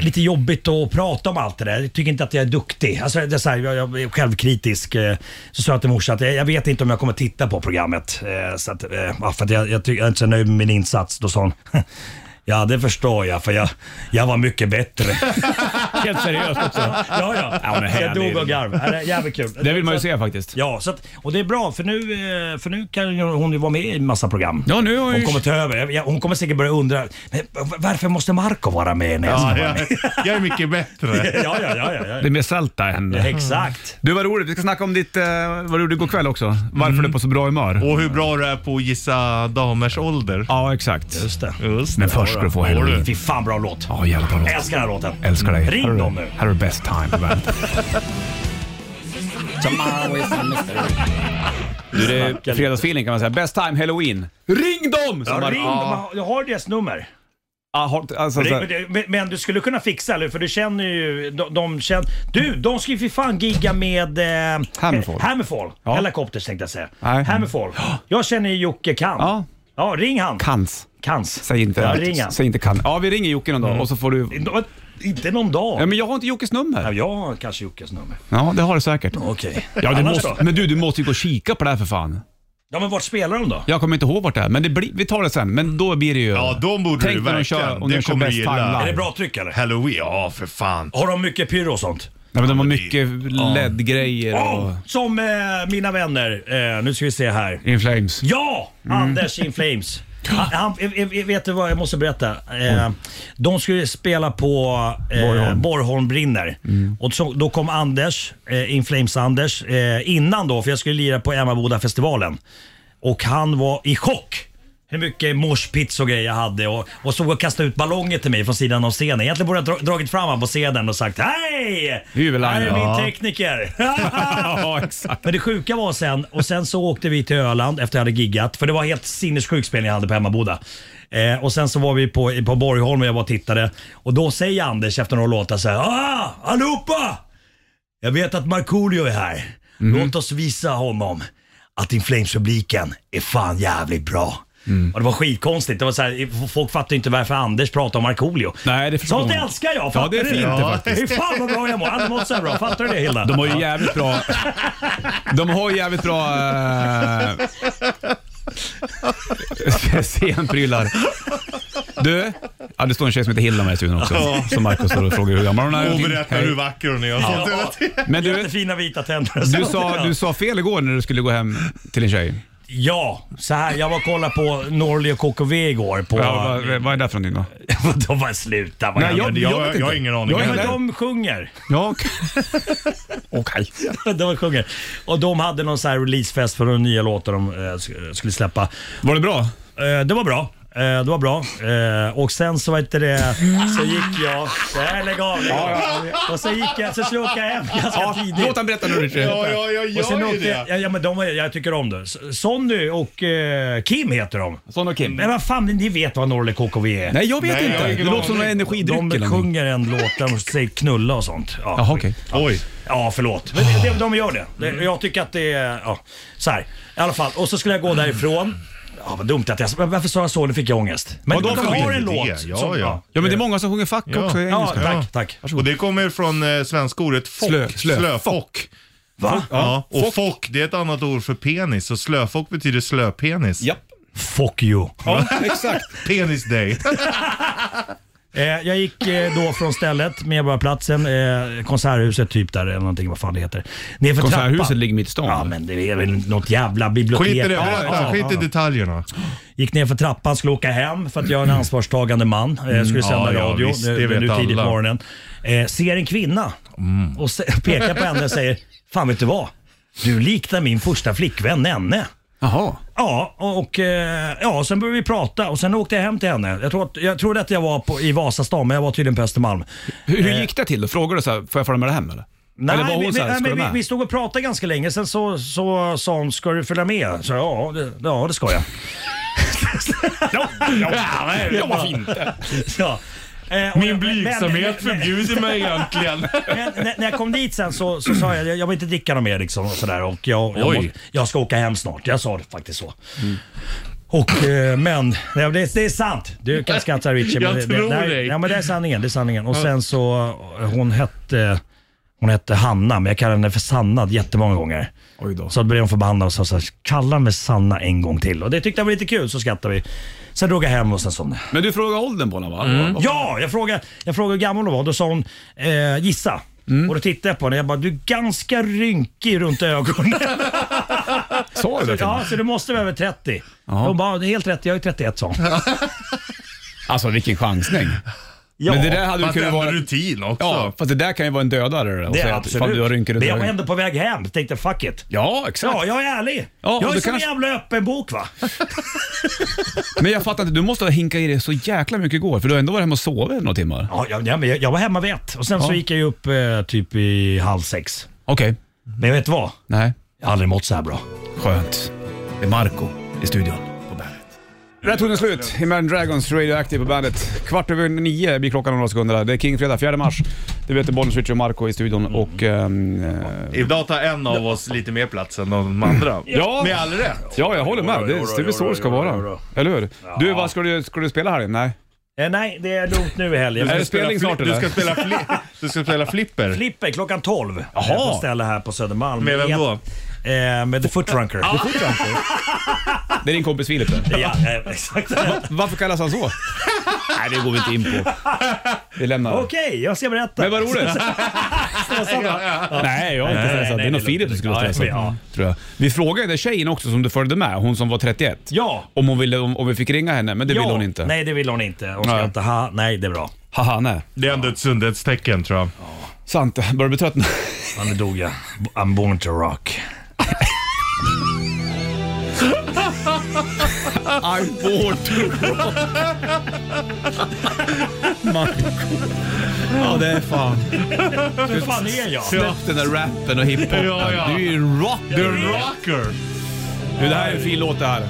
[SPEAKER 6] lite jobbigt att prata om allt det där. Jag tycker inte att jag är duktig. Alltså, det är så här, jag, jag är självkritisk. eh, Så sa jag till morsan att "Eh, jag, jag vet inte om jag kommer titta på programmet. eh, Så att, eh, ja, för att jag, jag, ty- jag är inte så nöjd med min insats. Då sa hon... <laughs> Ja, det förstår jag, för jag, jag var mycket bättre. <laughs>
[SPEAKER 2] Helt seriöst också.
[SPEAKER 6] ja, ja.
[SPEAKER 2] Ja, men
[SPEAKER 6] jag
[SPEAKER 2] härlig.
[SPEAKER 6] dog av garv. Ja, det är Jävligt kul.
[SPEAKER 2] Det vill man ju
[SPEAKER 6] Så att-
[SPEAKER 2] se faktiskt.
[SPEAKER 6] Ja, så att, och det är bra för nu, eh, för nu kan ju hon ju vara med i massa program.
[SPEAKER 2] Ja, nu har hon
[SPEAKER 6] hon
[SPEAKER 2] ju-
[SPEAKER 6] kommer ta över. Jag- jag- Hon kommer säkert börja undra, men varför måste Marco vara med när jag ska
[SPEAKER 3] ja,
[SPEAKER 6] vara
[SPEAKER 3] jag,
[SPEAKER 6] med?
[SPEAKER 3] jag är mycket <laughs> bättre.
[SPEAKER 6] <laughs> Ja, ja, ja. ja,
[SPEAKER 2] Det
[SPEAKER 6] ja.
[SPEAKER 2] är mer sälta i henne.
[SPEAKER 6] Mm. Exakt.
[SPEAKER 2] Du vad roligt, vi ska snacka om ditt, eh, vad du gjorde igår kväll också. Varför
[SPEAKER 6] Mm.
[SPEAKER 2] du är på så bra humör.
[SPEAKER 3] Och hur bra du är på att gissa damers ålder.
[SPEAKER 2] Ja exakt.
[SPEAKER 6] Just det.
[SPEAKER 3] Just
[SPEAKER 2] Men
[SPEAKER 3] det.
[SPEAKER 2] först ska du få
[SPEAKER 3] Ja,
[SPEAKER 2] halloween.
[SPEAKER 3] du.
[SPEAKER 6] Fy fan bra låt.
[SPEAKER 2] Ja jävla bra låt.
[SPEAKER 6] Jag älskar den här låten.
[SPEAKER 2] Älskar dig.
[SPEAKER 6] Ring
[SPEAKER 2] Här är-
[SPEAKER 6] dem nu.
[SPEAKER 2] Här är best time på bandet. Du, det är fredagsfeeling kan man säga. Best time halloween. Ring dem!
[SPEAKER 6] Ja,
[SPEAKER 2] Som man-
[SPEAKER 6] ring
[SPEAKER 2] Ja,
[SPEAKER 6] dem. Jag har deras nummer.
[SPEAKER 2] ja, har- alltså, så
[SPEAKER 6] Men,
[SPEAKER 2] här-
[SPEAKER 6] det- men, men du skulle kunna fixa eller? För du känner ju... De, de känner, du, de ska ju för fan gigga med... Eh,
[SPEAKER 2] Hammerfall.
[SPEAKER 6] eh, Hammerfall.
[SPEAKER 2] Ja.
[SPEAKER 6] Helicopters tänkte jag säga.
[SPEAKER 2] Nej.
[SPEAKER 6] Hammerfall. Jag känner ju Jocke Kan.
[SPEAKER 2] Ja.
[SPEAKER 6] Ja, ring han.
[SPEAKER 2] Kans.
[SPEAKER 6] Kans.
[SPEAKER 2] Säg inte,
[SPEAKER 6] ja, ring han.
[SPEAKER 2] säg inte kan. Ja, vi ringer Jocke någon dag och så får du...
[SPEAKER 6] Nå- Inte någon dag.
[SPEAKER 2] Ja, men jag har inte Jockes
[SPEAKER 6] Ja,
[SPEAKER 2] nummer.
[SPEAKER 6] jag har kanske Jockes nummer.
[SPEAKER 2] Ja, det har du säkert.
[SPEAKER 6] Okej.
[SPEAKER 2] Ja, du
[SPEAKER 6] Annars
[SPEAKER 2] måste,
[SPEAKER 6] då?
[SPEAKER 2] men du, du måste ju gå och kika på det här för fan.
[SPEAKER 6] Ja, men vart spelar de då?
[SPEAKER 2] Jag kommer inte ihåg vart det är, men det blir, vi tar det sen. Men då blir det ju...
[SPEAKER 3] Ja, då borde
[SPEAKER 2] Tänk
[SPEAKER 3] du
[SPEAKER 2] när de
[SPEAKER 3] verkligen.
[SPEAKER 2] kör, om
[SPEAKER 3] det
[SPEAKER 2] de kör
[SPEAKER 3] kommer
[SPEAKER 2] best
[SPEAKER 3] du
[SPEAKER 2] time
[SPEAKER 3] gilla.
[SPEAKER 2] live.
[SPEAKER 6] Är det bra tryck eller?
[SPEAKER 3] Halloween, ja för fan.
[SPEAKER 6] Har de mycket pyro och sånt?
[SPEAKER 2] Nej, men de har mycket LED-grejer och...
[SPEAKER 6] Ja, som eh, mina vänner. Eh, nu ska vi se här.
[SPEAKER 2] In Flames.
[SPEAKER 6] Ja! Anders in Flames. Han, han, eh, eh, vet du vad jag måste berätta? Eh, de skulle spela på eh,
[SPEAKER 2] Borgholm.
[SPEAKER 6] Borgholm. Mm. brinner. Och så, då kom Anders, eh, In Flames-Anders, eh, innan då, för jag skulle lira på Emmaboda-festivalen. Och han var i chock. Hur mycket morspits och grejer jag hade och, och såg och kastade ut ballonger till mig från sidan av scenen. Egentligen borde jag dra, dragit fram honom på scenen och sagt Hej!
[SPEAKER 2] Hyvelainen."
[SPEAKER 6] Här är
[SPEAKER 2] Ja.
[SPEAKER 6] min tekniker. <laughs>
[SPEAKER 2] Ja, exakt.
[SPEAKER 6] Men det sjuka var sen, och sen så åkte vi till Öland efter jag hade giggat. För det var helt sinnessjuk spelning jag hade på Hemmaboda. Eh, och sen så var vi på, på Borgholm och jag var och tittade. Och då säger Anders efter några låtar så här. Ah, allihopa! Jag vet att Markoolio är här.
[SPEAKER 2] Mhm.
[SPEAKER 6] Låt oss visa honom att In Flames-publiken är fan jävligt bra.
[SPEAKER 2] Mm.
[SPEAKER 6] Och det var skitkonstigt. Det var så här, folk fattar ju inte varför Anders pratar om Markoolio.
[SPEAKER 2] Nej, det förstår
[SPEAKER 6] Sånt
[SPEAKER 2] man.
[SPEAKER 6] älskar jag.
[SPEAKER 2] Ja,
[SPEAKER 6] fattar
[SPEAKER 2] det är
[SPEAKER 6] du
[SPEAKER 2] fint det faktiskt.
[SPEAKER 6] Fy fan vad bra jag mår. Aldrig mått så här bra. Fattar du det Hilda?
[SPEAKER 2] De har ju jävligt bra... De har ju jävligt bra... Eh, <laughs> scenprylar. Du, ja, det står en tjej som heter Hilda med i studion också. Som Markus står och frågar hur gammal hon är.
[SPEAKER 3] Och berättar
[SPEAKER 2] Hej.
[SPEAKER 3] hur vacker hon är. och sånt hela tiden.
[SPEAKER 2] Men du,
[SPEAKER 6] Jättefina vita tänder. och
[SPEAKER 2] du,
[SPEAKER 6] sånt.
[SPEAKER 2] sa, du sa fel igår när du skulle gå hem till en tjej.
[SPEAKER 6] Ja, så här. Jag var och kollade på Norli och KKV igår. På,
[SPEAKER 2] Ja,
[SPEAKER 6] <laughs>
[SPEAKER 2] vad, vad är det för någonting då?
[SPEAKER 6] de var sluta. Vad
[SPEAKER 2] Nej,
[SPEAKER 6] jag,
[SPEAKER 2] jag-
[SPEAKER 3] Jag, jag, jag har ingen aning.
[SPEAKER 2] Jag
[SPEAKER 6] Men
[SPEAKER 2] heller.
[SPEAKER 6] de sjunger.
[SPEAKER 2] Ja, okej.
[SPEAKER 6] <laughs>
[SPEAKER 2] Okej.
[SPEAKER 6] de sjunger. Och de hade någon så här releasefest för de nya låtar de eh, sk- skulle släppa.
[SPEAKER 2] Var det bra?
[SPEAKER 6] Eh, det var bra. Eh, det var bra. Eh, och sen så vet det, så gick jag... Nej, lägg av, lägg av. Och så gick jag, så slog jag hem ganska tidigt.
[SPEAKER 2] Låt han berätta nu Richard.
[SPEAKER 3] Ja, ja, jag
[SPEAKER 6] och sen
[SPEAKER 3] gör ju
[SPEAKER 6] åkte jag,
[SPEAKER 3] det.
[SPEAKER 6] ja, ja, men de, var- jag tycker om det. S- Sonny och eh, Kim heter de.
[SPEAKER 2] Son och Kim.
[SPEAKER 6] Men vad fan, ni vet vad Norli KKV är.
[SPEAKER 2] Nej, jag vet
[SPEAKER 3] Nej, jag
[SPEAKER 2] inte.
[SPEAKER 3] har
[SPEAKER 2] det
[SPEAKER 3] ingen
[SPEAKER 2] låter som någon
[SPEAKER 3] aning.
[SPEAKER 2] energidryck
[SPEAKER 6] de
[SPEAKER 2] eller någonting.
[SPEAKER 6] sjunger en låt där de säger knulla och sånt. Ja,
[SPEAKER 2] Jaha, okej.
[SPEAKER 3] Oj.
[SPEAKER 6] Ja, förlåt. Men det, de, de gör det. det. Jag tycker att det är... Ja, så här. I alla fall. Och så skulle jag gå därifrån. Ja, vad dumt att jag... men Varför sa jag så? Nu fick jag ångest. Men
[SPEAKER 2] Vadå
[SPEAKER 6] de
[SPEAKER 2] för
[SPEAKER 6] har en
[SPEAKER 3] idé?
[SPEAKER 6] låt.
[SPEAKER 3] Ja,
[SPEAKER 6] som,
[SPEAKER 3] ja.
[SPEAKER 2] Ja, men det är många som sjunger fuck
[SPEAKER 3] Ja.
[SPEAKER 2] också i
[SPEAKER 6] Ja,
[SPEAKER 2] engelska.
[SPEAKER 6] tack, tack.
[SPEAKER 3] Och det kommer från eh, svenska ordet fock.
[SPEAKER 2] Slö- slö-
[SPEAKER 3] Slöfock.
[SPEAKER 6] Va?
[SPEAKER 3] Ja, och fock det är ett annat ord för penis. Så slöfock betyder slöpenis.
[SPEAKER 2] Japp.
[SPEAKER 6] Fuck you.
[SPEAKER 2] Ja, exakt.
[SPEAKER 3] <laughs> Penis day.
[SPEAKER 6] Eh, jag gick eh, då från stället, Medborgarplatsen, eh, Konserthuset typ där eller någonting, vad fan det heter. Nerför
[SPEAKER 2] Konserthuset
[SPEAKER 6] trappan.
[SPEAKER 2] ligger mitt i stan.
[SPEAKER 6] Ja men det är väl något jävla bibliotek.
[SPEAKER 3] Skit i det,
[SPEAKER 6] Ja,
[SPEAKER 3] berätta.
[SPEAKER 6] ja,
[SPEAKER 3] Skit i
[SPEAKER 6] ja.
[SPEAKER 3] detaljerna.
[SPEAKER 6] Gick ner för trappan, skulle åka hem för att jag är en ansvarstagande man. Eh, skulle sända
[SPEAKER 3] Mm. ja,
[SPEAKER 6] radio
[SPEAKER 3] visst,
[SPEAKER 6] eh,
[SPEAKER 3] det vet
[SPEAKER 6] nu tidigt på
[SPEAKER 3] alla. Mm.
[SPEAKER 6] morgonen. Eh, ser en kvinna och se, pekar på henne och säger Fan vet du vad? Du liknar min första flickvän Nenne.
[SPEAKER 2] Jaha.
[SPEAKER 6] Ja, och, och eh, ja, sen började vi prata och sen åkte jag hem till henne. Jag, tror att, jag trodde att jag var på, i Vasastan men jag var tydligen på Östermalm.
[SPEAKER 2] Hur,
[SPEAKER 6] eh.
[SPEAKER 2] hur gick det till då? Frågade du så här, får jag följa med dig hem eller?
[SPEAKER 6] Nej,
[SPEAKER 2] eller var
[SPEAKER 6] vi-
[SPEAKER 2] hon
[SPEAKER 6] vi,
[SPEAKER 2] så här,
[SPEAKER 6] nej,
[SPEAKER 2] ska du
[SPEAKER 6] men vi,
[SPEAKER 2] med?
[SPEAKER 6] vi stod och pratade ganska länge, sen så, så sa hon “Ska du följa med?” Så jag, ja, det, ja, det ska jag. <laughs> ja,
[SPEAKER 2] <laughs>
[SPEAKER 6] ja, ja, varför inte? Ja. Eh, och jag- men- men-
[SPEAKER 3] mig egentligen.
[SPEAKER 6] Men, när, när jag kom dit sen så, så sa jag jag vill inte dricka något mer liksom, och sådär. Och jag, jag,
[SPEAKER 3] Oj.
[SPEAKER 6] måste, jag ska åka hem snart. Jag sa det faktiskt så. Och, eh, men nej, det, det är sant. Du kan skratta Richie. men
[SPEAKER 3] Jag
[SPEAKER 6] det,
[SPEAKER 3] tror
[SPEAKER 6] det, det,
[SPEAKER 3] dig.
[SPEAKER 6] Ja men det är sanningen. Det är sanningen. Och sen så, hon hette, hon hette Hanna, men jag kallade henne för Sanna jättemånga gånger.
[SPEAKER 2] Oj då.
[SPEAKER 6] Så då blev hon förbannad och sa så här, kalla mig Sanna en gång till. Och det tyckte jag var lite kul, så skrattade vi. Sen drog jag hem och sen somnade jag.
[SPEAKER 2] Men du frågade åldern på henne va?
[SPEAKER 6] Ja, jag frågade, jag frågade hur gammal hon var. Då sa hon eh, gissa.
[SPEAKER 2] Mm.
[SPEAKER 6] Och då tittade jag på henne och jag bara, du är ganska rynkig runt
[SPEAKER 2] <laughs>
[SPEAKER 6] ögonen.
[SPEAKER 2] Sa du det till
[SPEAKER 6] ja,
[SPEAKER 2] henne?
[SPEAKER 6] så du måste vara över 30.
[SPEAKER 2] Ja.
[SPEAKER 6] Hon bara, det är helt rätt, jag är 31 sa hon.
[SPEAKER 2] Alltså vilken chansning.
[SPEAKER 6] Ja,
[SPEAKER 2] Men det där hade ju
[SPEAKER 3] Fast
[SPEAKER 2] kunnat
[SPEAKER 3] ändå
[SPEAKER 2] vara...
[SPEAKER 3] rutin också.
[SPEAKER 2] Ja, fast det där kan ju vara en dödare. och
[SPEAKER 6] det är
[SPEAKER 2] säga att, Fan,
[SPEAKER 6] absolut.
[SPEAKER 2] du har rynkor runt
[SPEAKER 6] Men jag var
[SPEAKER 2] ögonen.
[SPEAKER 6] ändå på väg hem, tänkte fuck it.
[SPEAKER 2] Ja, exakt.
[SPEAKER 6] Ja, jag är ärlig.
[SPEAKER 2] Ja, och
[SPEAKER 6] jag är
[SPEAKER 2] då
[SPEAKER 6] som en
[SPEAKER 2] kanske-
[SPEAKER 6] jävla öppen bok va.
[SPEAKER 2] Men jag fattar inte, du måste ha hinkat i dig så jäkla mycket igår, för du har ändå varit hemma och sovit några timmar.
[SPEAKER 6] Ja, jag, ja, men jag, jag var hemma vid ett och sen så gick jag ju upp eh, typ i halv sex.
[SPEAKER 2] Okej,
[SPEAKER 6] Men vet du vad?
[SPEAKER 2] nej.
[SPEAKER 6] Jag har aldrig mått så här bra.
[SPEAKER 2] Skönt. Det är Marco i studion på bandet. Där tog den slut. Imagine Dragons Radioactive på bandet. Kvart över nio blir klockan om några sekunder. där. Det är King-fredag, 4 mars. Du vet, Bollnäs, Richie och Marco i studion och... ehm, eh,
[SPEAKER 3] Idag tar en av oss lite mer plats än de andra.
[SPEAKER 2] Ja.
[SPEAKER 3] Med all rätt.
[SPEAKER 2] ja, jag håller med.
[SPEAKER 6] Jodå,
[SPEAKER 2] Det
[SPEAKER 6] jodå,
[SPEAKER 2] är det är väl så
[SPEAKER 6] jodå,
[SPEAKER 2] det ska
[SPEAKER 6] jodå,
[SPEAKER 2] vara.
[SPEAKER 6] jodå.
[SPEAKER 2] Eller hur? Du,
[SPEAKER 6] Ja.
[SPEAKER 2] vad ska du, ska du spela här? Nej.
[SPEAKER 6] Eh, nej, det är lugnt nu i helgen.
[SPEAKER 2] Är
[SPEAKER 3] Du
[SPEAKER 2] det
[SPEAKER 3] ska
[SPEAKER 2] spelning
[SPEAKER 3] spela
[SPEAKER 2] snart
[SPEAKER 3] fli- Du
[SPEAKER 2] eller?
[SPEAKER 3] ska spela, fli- du ska spela flipper.
[SPEAKER 6] Flipper klockan 12. Jaha. På ställe här på Södermalm.
[SPEAKER 3] Med vem då?
[SPEAKER 6] Eh, med The
[SPEAKER 2] <laughs>
[SPEAKER 6] Footrunker.
[SPEAKER 2] Det är din kompis Filip där.
[SPEAKER 6] ja, eh,
[SPEAKER 2] <laughs>
[SPEAKER 6] exakt.
[SPEAKER 2] Varför kallas han så? Nej, det går vi inte in på. Vi lämnar det.
[SPEAKER 6] Okej, jag ska berätta.
[SPEAKER 2] Men vad roligt.
[SPEAKER 6] Stressad, va?
[SPEAKER 2] Nej, jag är inte
[SPEAKER 6] Nej, nej,
[SPEAKER 2] stressad. det
[SPEAKER 6] det
[SPEAKER 2] är nog
[SPEAKER 6] låter
[SPEAKER 2] Filip som
[SPEAKER 6] lugnt.
[SPEAKER 2] skulle vara
[SPEAKER 6] Ja,
[SPEAKER 2] stressad.
[SPEAKER 6] ja.
[SPEAKER 2] Tror jag. Vi frågade den tjejen också som du följde med, hon som var 31.
[SPEAKER 6] Ja.
[SPEAKER 2] Om, hon ville, om, om vi fick ringa henne, men det ville
[SPEAKER 6] Ja,
[SPEAKER 2] hon inte.
[SPEAKER 6] Nej, det vill hon inte. Hon ska
[SPEAKER 2] Nej.
[SPEAKER 6] inte ha. Nej, det är bra.
[SPEAKER 2] Haha, nej.
[SPEAKER 3] Det är ändå ett sundhetstecken tror jag.
[SPEAKER 2] Sant. Börjar bli trött nu.
[SPEAKER 6] Ja, nu dog jag. I'm born to rock.
[SPEAKER 2] I'm bored to rock. Marco. Ja, det är fan.
[SPEAKER 6] Hur fan är jag?
[SPEAKER 2] Släpp den där rappen och hiphopen.
[SPEAKER 3] Ja, ja.
[SPEAKER 2] Du är ju rock.
[SPEAKER 3] The rocker.
[SPEAKER 2] Du, det här är en fin låt det här.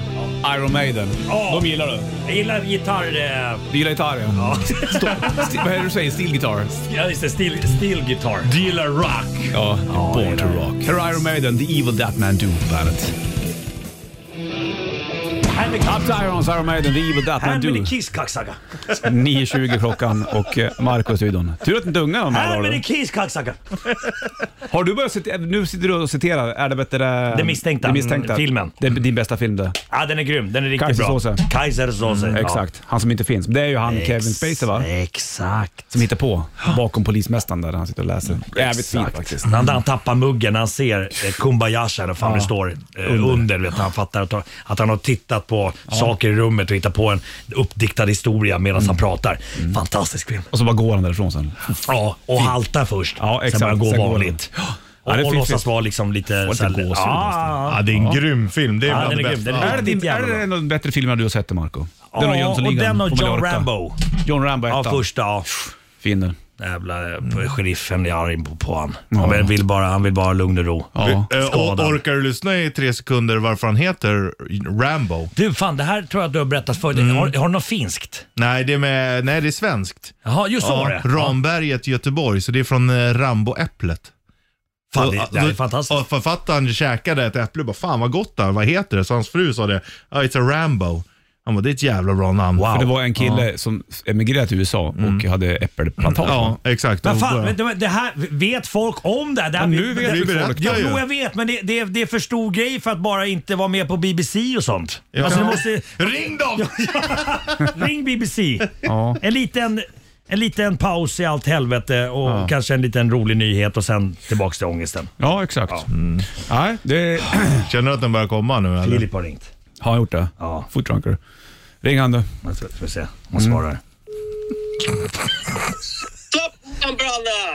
[SPEAKER 2] Iron Maiden.
[SPEAKER 6] Ja.
[SPEAKER 2] De gillar du.
[SPEAKER 6] Jag gillar gitarr... Eh,
[SPEAKER 2] Du gillar gitarr ja. Stå- sti- Vad är det du säger? Steel guitar?
[SPEAKER 6] ja, just det. Steel, steel guitar.
[SPEAKER 3] Dealer rock.
[SPEAKER 2] Ja,
[SPEAKER 6] Born to
[SPEAKER 2] rock. Här är Iron Maiden, The Evil That Man Do på bandet.
[SPEAKER 6] Här med,
[SPEAKER 2] Up to Irons, Iron Maiden, The Evil That Man
[SPEAKER 6] här
[SPEAKER 2] Do.
[SPEAKER 6] med din Kiss, kacksaga.
[SPEAKER 2] 9.20 klockan och eh, Marco i studion. Tur att du inte ungar de här
[SPEAKER 6] Här med
[SPEAKER 2] dagarna.
[SPEAKER 6] din Kiss, kacksaga.
[SPEAKER 2] Har du börjat citera, nu sitter du och citerar, är det bättre...
[SPEAKER 6] Det misstänkta.
[SPEAKER 2] Det misstänkta.
[SPEAKER 6] Mm, filmen.
[SPEAKER 2] Det är din bästa film det.
[SPEAKER 6] Ja, den är grym. Den är riktigt
[SPEAKER 2] Kaisersåse.
[SPEAKER 6] bra. Kaisersåse. ja.
[SPEAKER 2] Exakt. Han som inte finns. Det är ju han Kevin Spacey va?
[SPEAKER 6] Exakt.
[SPEAKER 2] Som hittar på bakom polismästaren där han sitter och läser. Jävligt fint faktiskt.
[SPEAKER 6] När han, när han tappar muggen, när han ser eh, Kumbayashi, eller fan det står, eh, under, vet, han fattar att, att han har tittat på saker i rummet och hittat på en uppdiktad historia medan
[SPEAKER 2] Mm.
[SPEAKER 6] han pratar. Fantastisk film.
[SPEAKER 2] Och så bara går han därifrån sen.
[SPEAKER 6] Ja, och haltar först.
[SPEAKER 2] Ja, exakt.
[SPEAKER 6] Sen börjar
[SPEAKER 2] Sen
[SPEAKER 6] gå
[SPEAKER 2] går
[SPEAKER 6] vanligt.
[SPEAKER 2] den. Ja,
[SPEAKER 6] Och,
[SPEAKER 2] det är
[SPEAKER 6] och
[SPEAKER 2] fint,
[SPEAKER 6] låtsas
[SPEAKER 2] fint.
[SPEAKER 6] vara liksom lite...
[SPEAKER 2] lite
[SPEAKER 6] så här- Ja,
[SPEAKER 2] gåshud nästan.
[SPEAKER 3] Ja, det är en grym film. Det är
[SPEAKER 6] Ja,
[SPEAKER 3] bland
[SPEAKER 6] den är
[SPEAKER 3] det
[SPEAKER 6] grym.
[SPEAKER 3] bästa.
[SPEAKER 6] Den
[SPEAKER 3] Ja.
[SPEAKER 2] Är det,
[SPEAKER 6] Riktigt
[SPEAKER 2] din, är
[SPEAKER 6] jävla
[SPEAKER 2] det en av de bättre filmer du har sett Marco? Den och
[SPEAKER 6] Ja,
[SPEAKER 2] Jönssonligan.
[SPEAKER 6] och den och
[SPEAKER 2] på
[SPEAKER 6] John
[SPEAKER 2] Mallorca.
[SPEAKER 6] Rambo.
[SPEAKER 2] John Rambo
[SPEAKER 6] Ja,
[SPEAKER 2] ettan.
[SPEAKER 6] första. Ja.
[SPEAKER 2] Fin den.
[SPEAKER 6] Jävla
[SPEAKER 2] Mm.
[SPEAKER 6] eh, sheriffen är arg på, på han. Han, vill bara, han vill bara ha lugn och ro.
[SPEAKER 2] Ja.
[SPEAKER 3] Eh, Och
[SPEAKER 6] Skadad.
[SPEAKER 3] orkar du lyssna i tre sekunder varför han heter Rambo?
[SPEAKER 6] Du, fan det här tror jag att du har berättat förut.
[SPEAKER 2] Mm.
[SPEAKER 6] Har, har du något finskt?
[SPEAKER 3] Nej, det är, med, nej, det är svenskt.
[SPEAKER 6] Jaha, just så var det.
[SPEAKER 3] Ramberget, Göteborg. Så det är från eh, Ramboäpplet.
[SPEAKER 6] Fan,
[SPEAKER 3] Och-
[SPEAKER 6] det, det här är
[SPEAKER 3] och-
[SPEAKER 6] fantastiskt.
[SPEAKER 3] Och författaren käkade ett äpple och bara, fan vad gott det här, vad heter det? Så hans fru sa det, "Ah, it's a Rambo. Han bara, det är ett jävla bra namn.
[SPEAKER 6] Wow.
[SPEAKER 2] För det var en kille som emigrerade till USA och
[SPEAKER 6] Mm.
[SPEAKER 2] hade äppelplantage.
[SPEAKER 3] Ja, exakt.
[SPEAKER 6] Men
[SPEAKER 3] Och
[SPEAKER 6] fan,
[SPEAKER 3] bara-
[SPEAKER 6] men det- det här, vet folk om det här? Det här
[SPEAKER 2] Ja, nu vet
[SPEAKER 6] det,
[SPEAKER 2] ju
[SPEAKER 3] folk
[SPEAKER 6] jag,
[SPEAKER 3] det ju.
[SPEAKER 6] Jo, jag vet, men det, det, det är för stor grej för att bara inte vara med på BBC och sånt.
[SPEAKER 3] Ja.
[SPEAKER 6] Alltså, du måste,
[SPEAKER 3] Ring dem!
[SPEAKER 6] ring BBC.
[SPEAKER 2] <laughs> Ja.
[SPEAKER 6] En, liten, en liten paus i allt helvete och kanske en liten rolig nyhet och sen tillbaks till ångesten.
[SPEAKER 2] Ja, exakt.
[SPEAKER 6] Mm.
[SPEAKER 2] Nej, det...
[SPEAKER 3] Känner du att den börjar komma nu eller?
[SPEAKER 6] Filip har ringt.
[SPEAKER 2] Har han gjort det?
[SPEAKER 6] Ja.
[SPEAKER 2] Food drunker. Ring han du.
[SPEAKER 6] Jag ska, ska vi se om han svarar.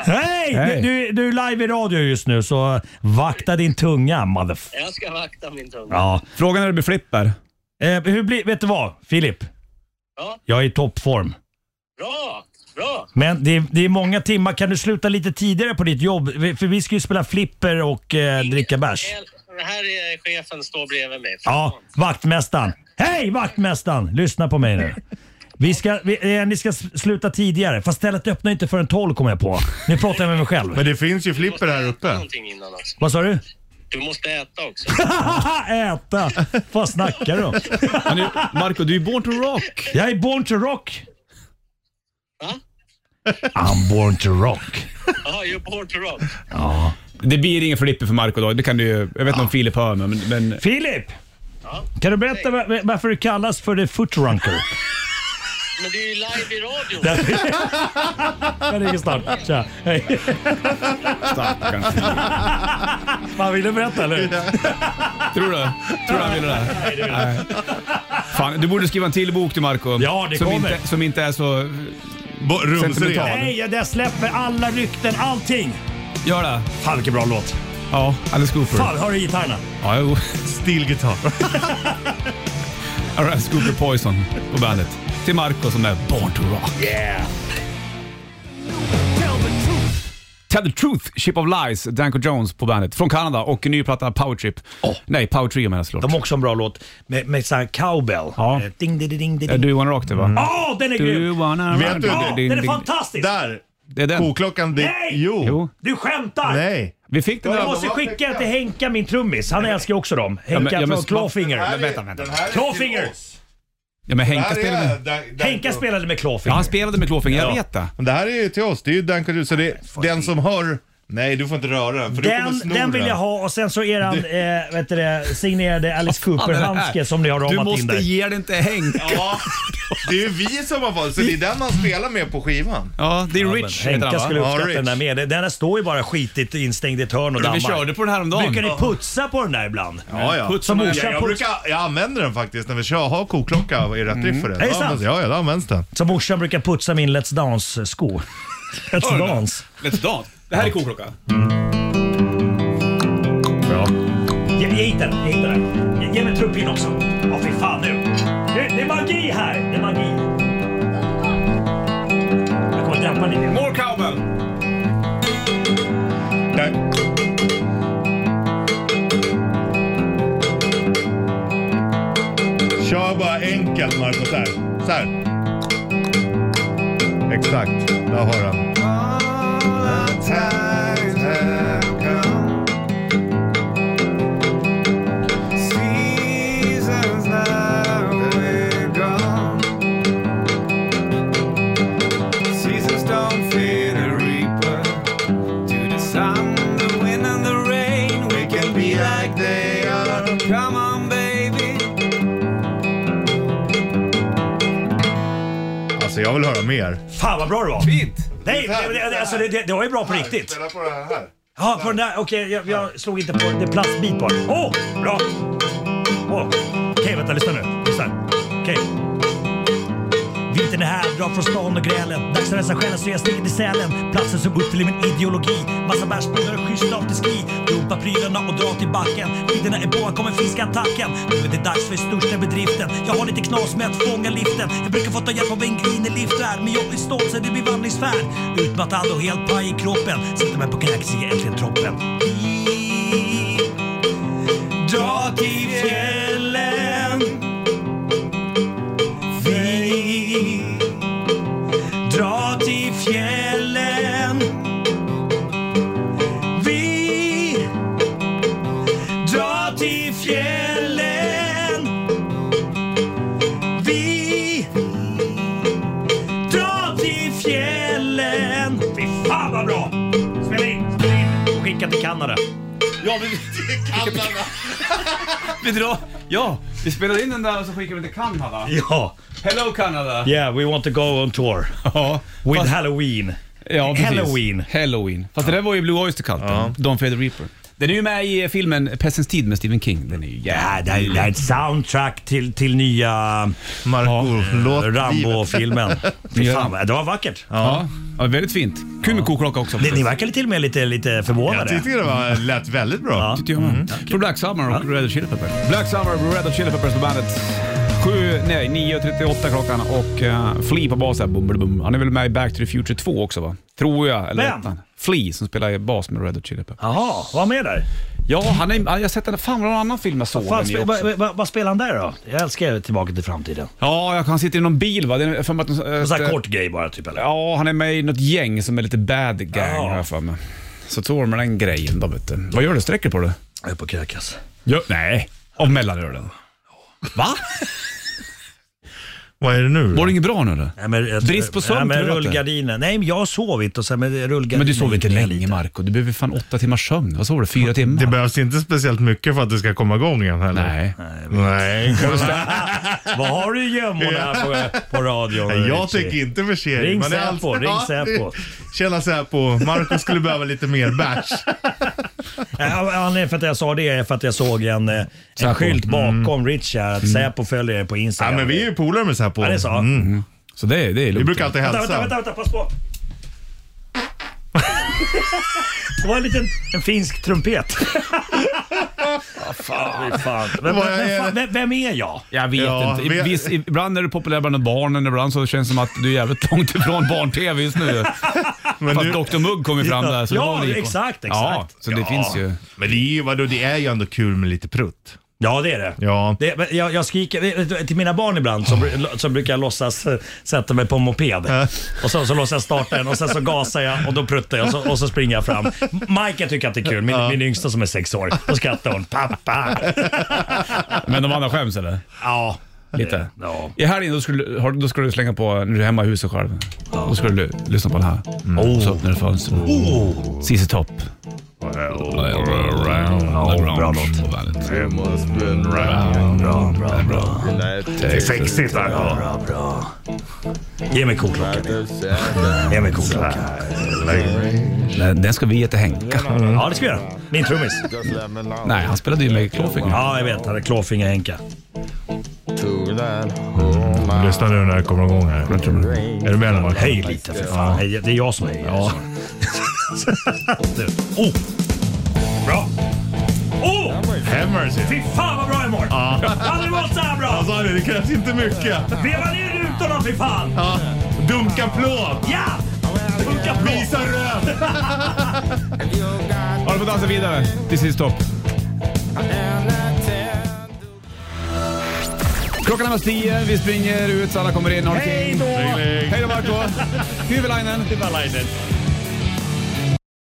[SPEAKER 6] Hej!
[SPEAKER 2] Hej.
[SPEAKER 6] Du, du, du är live i radio just nu så vakta din tunga motherf...
[SPEAKER 7] Jag ska vakta min tunga.
[SPEAKER 6] Ja.
[SPEAKER 2] Frågan är det blir flipper.
[SPEAKER 6] Eh, hur blir, vet du vad, Filip?
[SPEAKER 7] Ja.
[SPEAKER 6] Jag är i toppform.
[SPEAKER 7] Bra! Bra!
[SPEAKER 6] Men det är, det är många timmar. Kan du sluta lite tidigare på ditt jobb? Vi- För vi ska ju spela flipper och eh, dricka bärs.
[SPEAKER 7] Här- Här är chefen, står bredvid mig.
[SPEAKER 6] Ja, vaktmästaren. Hej vaktmästaren! Lyssna på mig nu. Vi ska, vi, eh, ni ska s- sluta tidigare, fast stället öppnar inte förrän 12 kommer jag på. Nu pratar jag med mig själv.
[SPEAKER 3] Men det finns ju
[SPEAKER 7] Du måste
[SPEAKER 3] flipper här
[SPEAKER 7] äta
[SPEAKER 3] uppe.
[SPEAKER 7] någonting innan också.
[SPEAKER 6] Vad sa du?
[SPEAKER 7] Du måste äta också.
[SPEAKER 6] Äta! Vad snackar du om?
[SPEAKER 2] Han är- Marco, du är born to rock.
[SPEAKER 6] Jag är born to rock.
[SPEAKER 7] Va?
[SPEAKER 6] I'm born to rock.
[SPEAKER 7] Jaha, you're born to rock.
[SPEAKER 2] Det blir ingen flipper för Marco då. Det kan du ju... Jag vet inte om Filip hör mig, men... men
[SPEAKER 6] Filip! Kan du berätta va- varför du kallas för the footrunker?
[SPEAKER 7] Men det är ju live i radio.
[SPEAKER 6] <laughs> Jag ringer snart. Tja, hej. Man ville berätta eller?
[SPEAKER 2] <laughs> Tror du? Tror du han ville det? Nej, det Fan, du borde skriva en till bok till Marco.
[SPEAKER 6] Ja, det
[SPEAKER 2] som
[SPEAKER 6] kommer.
[SPEAKER 2] Inte, som inte är så...
[SPEAKER 3] Bo-
[SPEAKER 2] Sentimental.
[SPEAKER 3] Rumsren.
[SPEAKER 6] Nej, jag släpper alla rykten, allting.
[SPEAKER 2] Gör det.
[SPEAKER 6] Fan vilken bra låt.
[SPEAKER 2] Ja, Alice Cooper.
[SPEAKER 6] Fan, har du gitarrerna?
[SPEAKER 2] Ja, jo.
[SPEAKER 3] Steel guitar.
[SPEAKER 2] Alice Cooper Poison på bandet. Till Marco som är born to rock.
[SPEAKER 6] Yeah.
[SPEAKER 2] Tell the Truth, Ship of Lies, Danko Jones på bandet. Från Kanada och en ny platta Power Trip. Nej, Power Trio menar jag såklart.
[SPEAKER 6] De har också en bra låt med, med sån här cowbell.
[SPEAKER 2] Ja.
[SPEAKER 6] Eh, Ding, ding, ding, ding.
[SPEAKER 2] Eh, Du är one rock det va?
[SPEAKER 6] Åh, den är grym!
[SPEAKER 2] wanna
[SPEAKER 3] Vet
[SPEAKER 2] rock
[SPEAKER 3] du-
[SPEAKER 2] it?
[SPEAKER 6] Ja,
[SPEAKER 2] Din-
[SPEAKER 6] den är
[SPEAKER 2] din-
[SPEAKER 6] fantastisk!
[SPEAKER 3] Där!
[SPEAKER 2] Det är den.
[SPEAKER 3] Koklockan. Det...
[SPEAKER 6] Nej!
[SPEAKER 3] Jo.
[SPEAKER 2] Jo.
[SPEAKER 6] Du skämtar!
[SPEAKER 3] Nej.
[SPEAKER 2] Vi fick den
[SPEAKER 6] Jag
[SPEAKER 2] där.
[SPEAKER 6] måste skicka den till Henka, min trummis. Han älskar ju också dem. Henka
[SPEAKER 2] ja, men-
[SPEAKER 6] från Clawfinger. Men vänta, vänta.
[SPEAKER 3] Den här är
[SPEAKER 6] Clawfinger.
[SPEAKER 3] till oss.
[SPEAKER 2] Ja men
[SPEAKER 3] Det
[SPEAKER 2] Henka
[SPEAKER 3] här
[SPEAKER 2] spelade
[SPEAKER 3] är
[SPEAKER 2] med...
[SPEAKER 3] Dan- Dan-
[SPEAKER 6] Henka spelade med
[SPEAKER 2] Ja,
[SPEAKER 6] Clawfinger.
[SPEAKER 2] han spelade med klåfingret, jag
[SPEAKER 6] Ja.
[SPEAKER 2] vet det.
[SPEAKER 3] Men Det här är ju till oss. Det är ju Danko Jones. Så det är den som hör... Nej, du får inte röra den. För du kommer
[SPEAKER 6] Den,
[SPEAKER 3] sno
[SPEAKER 6] den vill jag ha och sen så är han eh, vet du det, signerade Alice
[SPEAKER 2] Fan, det här-
[SPEAKER 6] Cooper-handske som ni har
[SPEAKER 2] Du
[SPEAKER 6] ramat in
[SPEAKER 2] måste
[SPEAKER 6] där.
[SPEAKER 2] ge den till Henka.
[SPEAKER 3] Ja, det är ju vi som har valt, så det är den han spelar med på skivan.
[SPEAKER 2] Ja, det är
[SPEAKER 6] Men
[SPEAKER 2] Rich heter
[SPEAKER 6] Henka
[SPEAKER 2] han
[SPEAKER 6] skulle
[SPEAKER 2] va?
[SPEAKER 3] Ja,
[SPEAKER 6] uppskatta
[SPEAKER 3] Rich.
[SPEAKER 6] den där med. Den där står ju bara skitigt instängd i ett hörn och
[SPEAKER 2] Vi
[SPEAKER 6] dammar.
[SPEAKER 2] körde på den här om dagen.
[SPEAKER 6] Brukar ni putsa på den där ibland?
[SPEAKER 3] Ja, ja.
[SPEAKER 2] Puts som
[SPEAKER 3] jag,
[SPEAKER 6] morsan
[SPEAKER 3] jag,
[SPEAKER 6] puts.
[SPEAKER 3] brukar, jag använder den faktiskt när vi kör. Har koklocka i rätt riff för det.
[SPEAKER 6] Är det
[SPEAKER 3] Ja,
[SPEAKER 6] sant?
[SPEAKER 3] men- Ja, ja, då används den.
[SPEAKER 6] Som morsan brukar putsa min Let's
[SPEAKER 2] <laughs>
[SPEAKER 6] Dance-sko. Let's Dance.
[SPEAKER 2] Let's dance. Det här är koklocka.
[SPEAKER 6] Bra. Jag, jag hittar den, jag hittar den. Ge, ge mig trumpin också. Ja, fy fan nu. Det, det är magi här. Det är magi. Jag kommer dämpa lite.
[SPEAKER 2] More cowbell.
[SPEAKER 3] enkelt Marco, så här. Så här. Exakt, där har han.
[SPEAKER 8] Come on baby
[SPEAKER 3] Alltså jag vill höra mer.
[SPEAKER 6] Fan vad bra det var.
[SPEAKER 2] Fint!
[SPEAKER 6] Nej, det, det, alltså, det, det, det var ju bra på riktigt.
[SPEAKER 3] Spela på det här.
[SPEAKER 6] Ja, på den där. Okej, jag, jag slog inte på. Det är plastbit bara. Åh, oh, bra! Åh. Okej, vänta. Lyssna nu. Lyssna. Okej. Vintern är här, drar från stan och grälen. Dags att rensa själen så jag sticker till Sälen. Platsen som går till min ideologi. Massa bärsbullar och schysst av till ski. Dumpa prylarna och dra till backen. Skidorna är på, här kommer fiskattacken. Nu är det dags för största bedriften. Jag har lite knas med att fånga liften. Jag brukar få ta hjälp av en grinig liftvärd. Men jag blir stolt så det blir vandringsfärd. Utmattad och helt paj i kroppen. Sätter mig på knäcks i äntligen troppen. Dra till fjällen vi drar till fjällen. Vi drar till fjällen. Vi drar till fjällen. Fy fan vad bra! Spela in, spela in och skicka till Kanada.
[SPEAKER 2] Ja, vi, vi drar... Ja, vi spelar in den där och så skickar vi den till Kanada.
[SPEAKER 6] Ja.
[SPEAKER 2] Hello Kanada!
[SPEAKER 6] Yeah, we want to go on tour.
[SPEAKER 2] <laughs> Ja,
[SPEAKER 6] With
[SPEAKER 2] fast-
[SPEAKER 6] Halloween.
[SPEAKER 2] Ja, precis.
[SPEAKER 6] Halloween.
[SPEAKER 2] Halloween. Fast det där var ju Blue Oyster-kulten. Don Fader Reaper. Den är ju med i eh, filmen Pestens tid med Stephen King. Den är ju
[SPEAKER 6] Det
[SPEAKER 2] jävla...
[SPEAKER 6] här, Äh, det här, det här är ett soundtrack till, till nya
[SPEAKER 3] Marco, låt livet. <laughs>
[SPEAKER 6] Rambo-filmen. Fy fan, vad- det var vackert.
[SPEAKER 2] Ja. ja, väldigt fint. Kul med koklocka också.
[SPEAKER 6] Ni, ni verkar till och med lite, lite
[SPEAKER 3] Jag
[SPEAKER 6] förvånade.
[SPEAKER 3] tyckte det var, lät väldigt bra.
[SPEAKER 6] Ja.
[SPEAKER 2] tyckte jag med. Från Black Summer och Red Hot Chili Peppers. Black Summer och Red Hot Chili Peppers på bandet. Sju- nej, 9.38 klockan och uh, Flea på bas här. Bum, bum, bum. Han är väl med i Back to the Future 2 också va? Tror jag. Eller
[SPEAKER 6] Vem?
[SPEAKER 2] ettan. Flea som spelar i bas med Red Hot Chili Peppers.
[SPEAKER 6] Jaha, vad med där?
[SPEAKER 2] Ja, han är, jag har sett den. Fan, var det någon annan film jag såg
[SPEAKER 6] Fan,
[SPEAKER 2] den i
[SPEAKER 6] spe,
[SPEAKER 2] också?
[SPEAKER 6] va, va, vad spelar han där då? Jag älskar ju Tillbaka till framtiden.
[SPEAKER 2] Ja, jag kan sitta i någon bil va? Det är för mig att,
[SPEAKER 6] En sån här
[SPEAKER 2] ett-
[SPEAKER 6] kort grej bara typ eller?
[SPEAKER 2] Ja, han är med i något gäng som är lite bad gang
[SPEAKER 6] Ja.
[SPEAKER 2] har jag för mig. Så tog de den grejen då vet du. Vad gör du? Sträcker på det?
[SPEAKER 6] Jag är på kräkas.
[SPEAKER 2] Jo, nej, av mellanölen. Va?
[SPEAKER 3] Vad är det nu?
[SPEAKER 2] Var det inget bra nu då?
[SPEAKER 6] Nej, men, jag-
[SPEAKER 2] Brist på sömn,
[SPEAKER 6] Nej
[SPEAKER 2] tror
[SPEAKER 6] men
[SPEAKER 2] jag att det är.
[SPEAKER 6] rullgardinen. Nej men jag har sovit och sen med rullgardinen.
[SPEAKER 2] Men du sover inte
[SPEAKER 6] gick ner
[SPEAKER 2] länge Marco. Du behöver fan åtta timmars sömn. Vad sover du? Fyra timmar?
[SPEAKER 3] Det behövs inte speciellt mycket för att det ska komma igång igen heller.
[SPEAKER 2] Nej.
[SPEAKER 3] Nej.
[SPEAKER 6] <laughs>
[SPEAKER 3] <laughs>
[SPEAKER 6] Vad har du i gömmorna <laughs> på, på radion?
[SPEAKER 3] Jag tänker inte förse
[SPEAKER 6] Ring
[SPEAKER 3] Man är
[SPEAKER 6] Säpo,
[SPEAKER 3] alltid-
[SPEAKER 6] ring
[SPEAKER 3] Ja,
[SPEAKER 6] Säpo.
[SPEAKER 3] det- Tjena Säpo, Marco skulle behöva lite mer
[SPEAKER 6] <laughs>
[SPEAKER 3] bärs.
[SPEAKER 6] Nej, Anledningen för att jag sa det är för att jag såg en, eh, en
[SPEAKER 2] Säpo.
[SPEAKER 6] skylt bakom Rich här att Säpo följer er på
[SPEAKER 3] Ja,
[SPEAKER 6] Instagram.
[SPEAKER 3] men vi är ju polare med Säpo. Mm.
[SPEAKER 6] Ja, det är så.
[SPEAKER 2] Så det, är- det är
[SPEAKER 3] Vi
[SPEAKER 2] lugnt.
[SPEAKER 3] brukar alltid
[SPEAKER 6] Vänta, vänta,
[SPEAKER 3] hälsa.
[SPEAKER 6] vänta, vänta, pass på. Det var en liten en finsk trumpet. <laughs> Ah, fan, fy fan. Vem,
[SPEAKER 3] Vad
[SPEAKER 6] vem, vem,
[SPEAKER 3] är
[SPEAKER 6] fan-
[SPEAKER 3] det?
[SPEAKER 6] vem, vem är jag?
[SPEAKER 2] Jag vet
[SPEAKER 3] Ja,
[SPEAKER 2] inte.
[SPEAKER 3] vi-
[SPEAKER 2] Viss, ibland är du populär bland barnen, ibland så känns det som att du är jävligt <laughs> långt ifrån barn-tv just nu.
[SPEAKER 3] Men,
[SPEAKER 2] Fast
[SPEAKER 3] du-
[SPEAKER 2] Dr Mugg kom ju fram där. Så
[SPEAKER 6] Ja,
[SPEAKER 2] det var väl-
[SPEAKER 6] exakt,
[SPEAKER 2] Ja,
[SPEAKER 6] exakt.
[SPEAKER 2] så det
[SPEAKER 6] Ja.
[SPEAKER 2] finns ju.
[SPEAKER 3] men det är ju vadå, det är ju ändå kul med lite prutt.
[SPEAKER 6] Ja, det är det.
[SPEAKER 3] Ja.
[SPEAKER 6] Det, men jag, jag skriker till mina barn ibland som, bru- som brukar jag låtsas eh, sätta mig på en moped. Och så, så låtsas jag starta den och sen så gasar jag och då pruttar jag och så, och så springer jag fram. Mike tycker att det är kul, min, min yngsta som är sex år. Då skrattar hon. Pappa!
[SPEAKER 2] Men de andra skäms eller?
[SPEAKER 6] Ja.
[SPEAKER 2] Lite.
[SPEAKER 6] Ja.
[SPEAKER 2] I helgen då skulle, du- har- då skulle du slänga på, när du är hemma i huset själv, då skulle du lyssna på den här.
[SPEAKER 6] Mm.
[SPEAKER 2] Och så öppnar du fönstret. Oh. ZZ Top. Bra låt.
[SPEAKER 6] Bra, bra, bra.
[SPEAKER 3] Sexigt va?
[SPEAKER 6] Bra, bra. Ge mig koklockan. Ge mig koklockan.
[SPEAKER 2] Den, den ska vi ge till Henka.
[SPEAKER 6] Ja, det ska jag göra. Min trummis.
[SPEAKER 2] Nej, han spelade ju med Clawfinger.
[SPEAKER 6] Ja, jag vet. Han är klåfingerhänka.
[SPEAKER 3] Lyssna nu när det kommer igång här. Är du med nu Marco?
[SPEAKER 6] Höj lite för fan. Hej, Det är jag som höjer. Ja. oh. Bra! Oh!
[SPEAKER 3] Hammers it.
[SPEAKER 6] Fy fan vad bra jag mår! Aldrig mått så här bra!
[SPEAKER 3] Alltså det krävs inte mycket.
[SPEAKER 6] Veva ner rutorna fy fan!
[SPEAKER 3] Ja. Dunka plåt.
[SPEAKER 6] Ja! Funka på!
[SPEAKER 3] Visa röd.
[SPEAKER 2] Ja, du får dansa vidare till ZZ Top. Klockan är nästan tio, vi springer ut så alla kommer in. Ha det
[SPEAKER 6] Hej
[SPEAKER 2] fint.
[SPEAKER 6] då!
[SPEAKER 2] Hej då Marco! Hyvälainen!
[SPEAKER 6] Hyväläinen.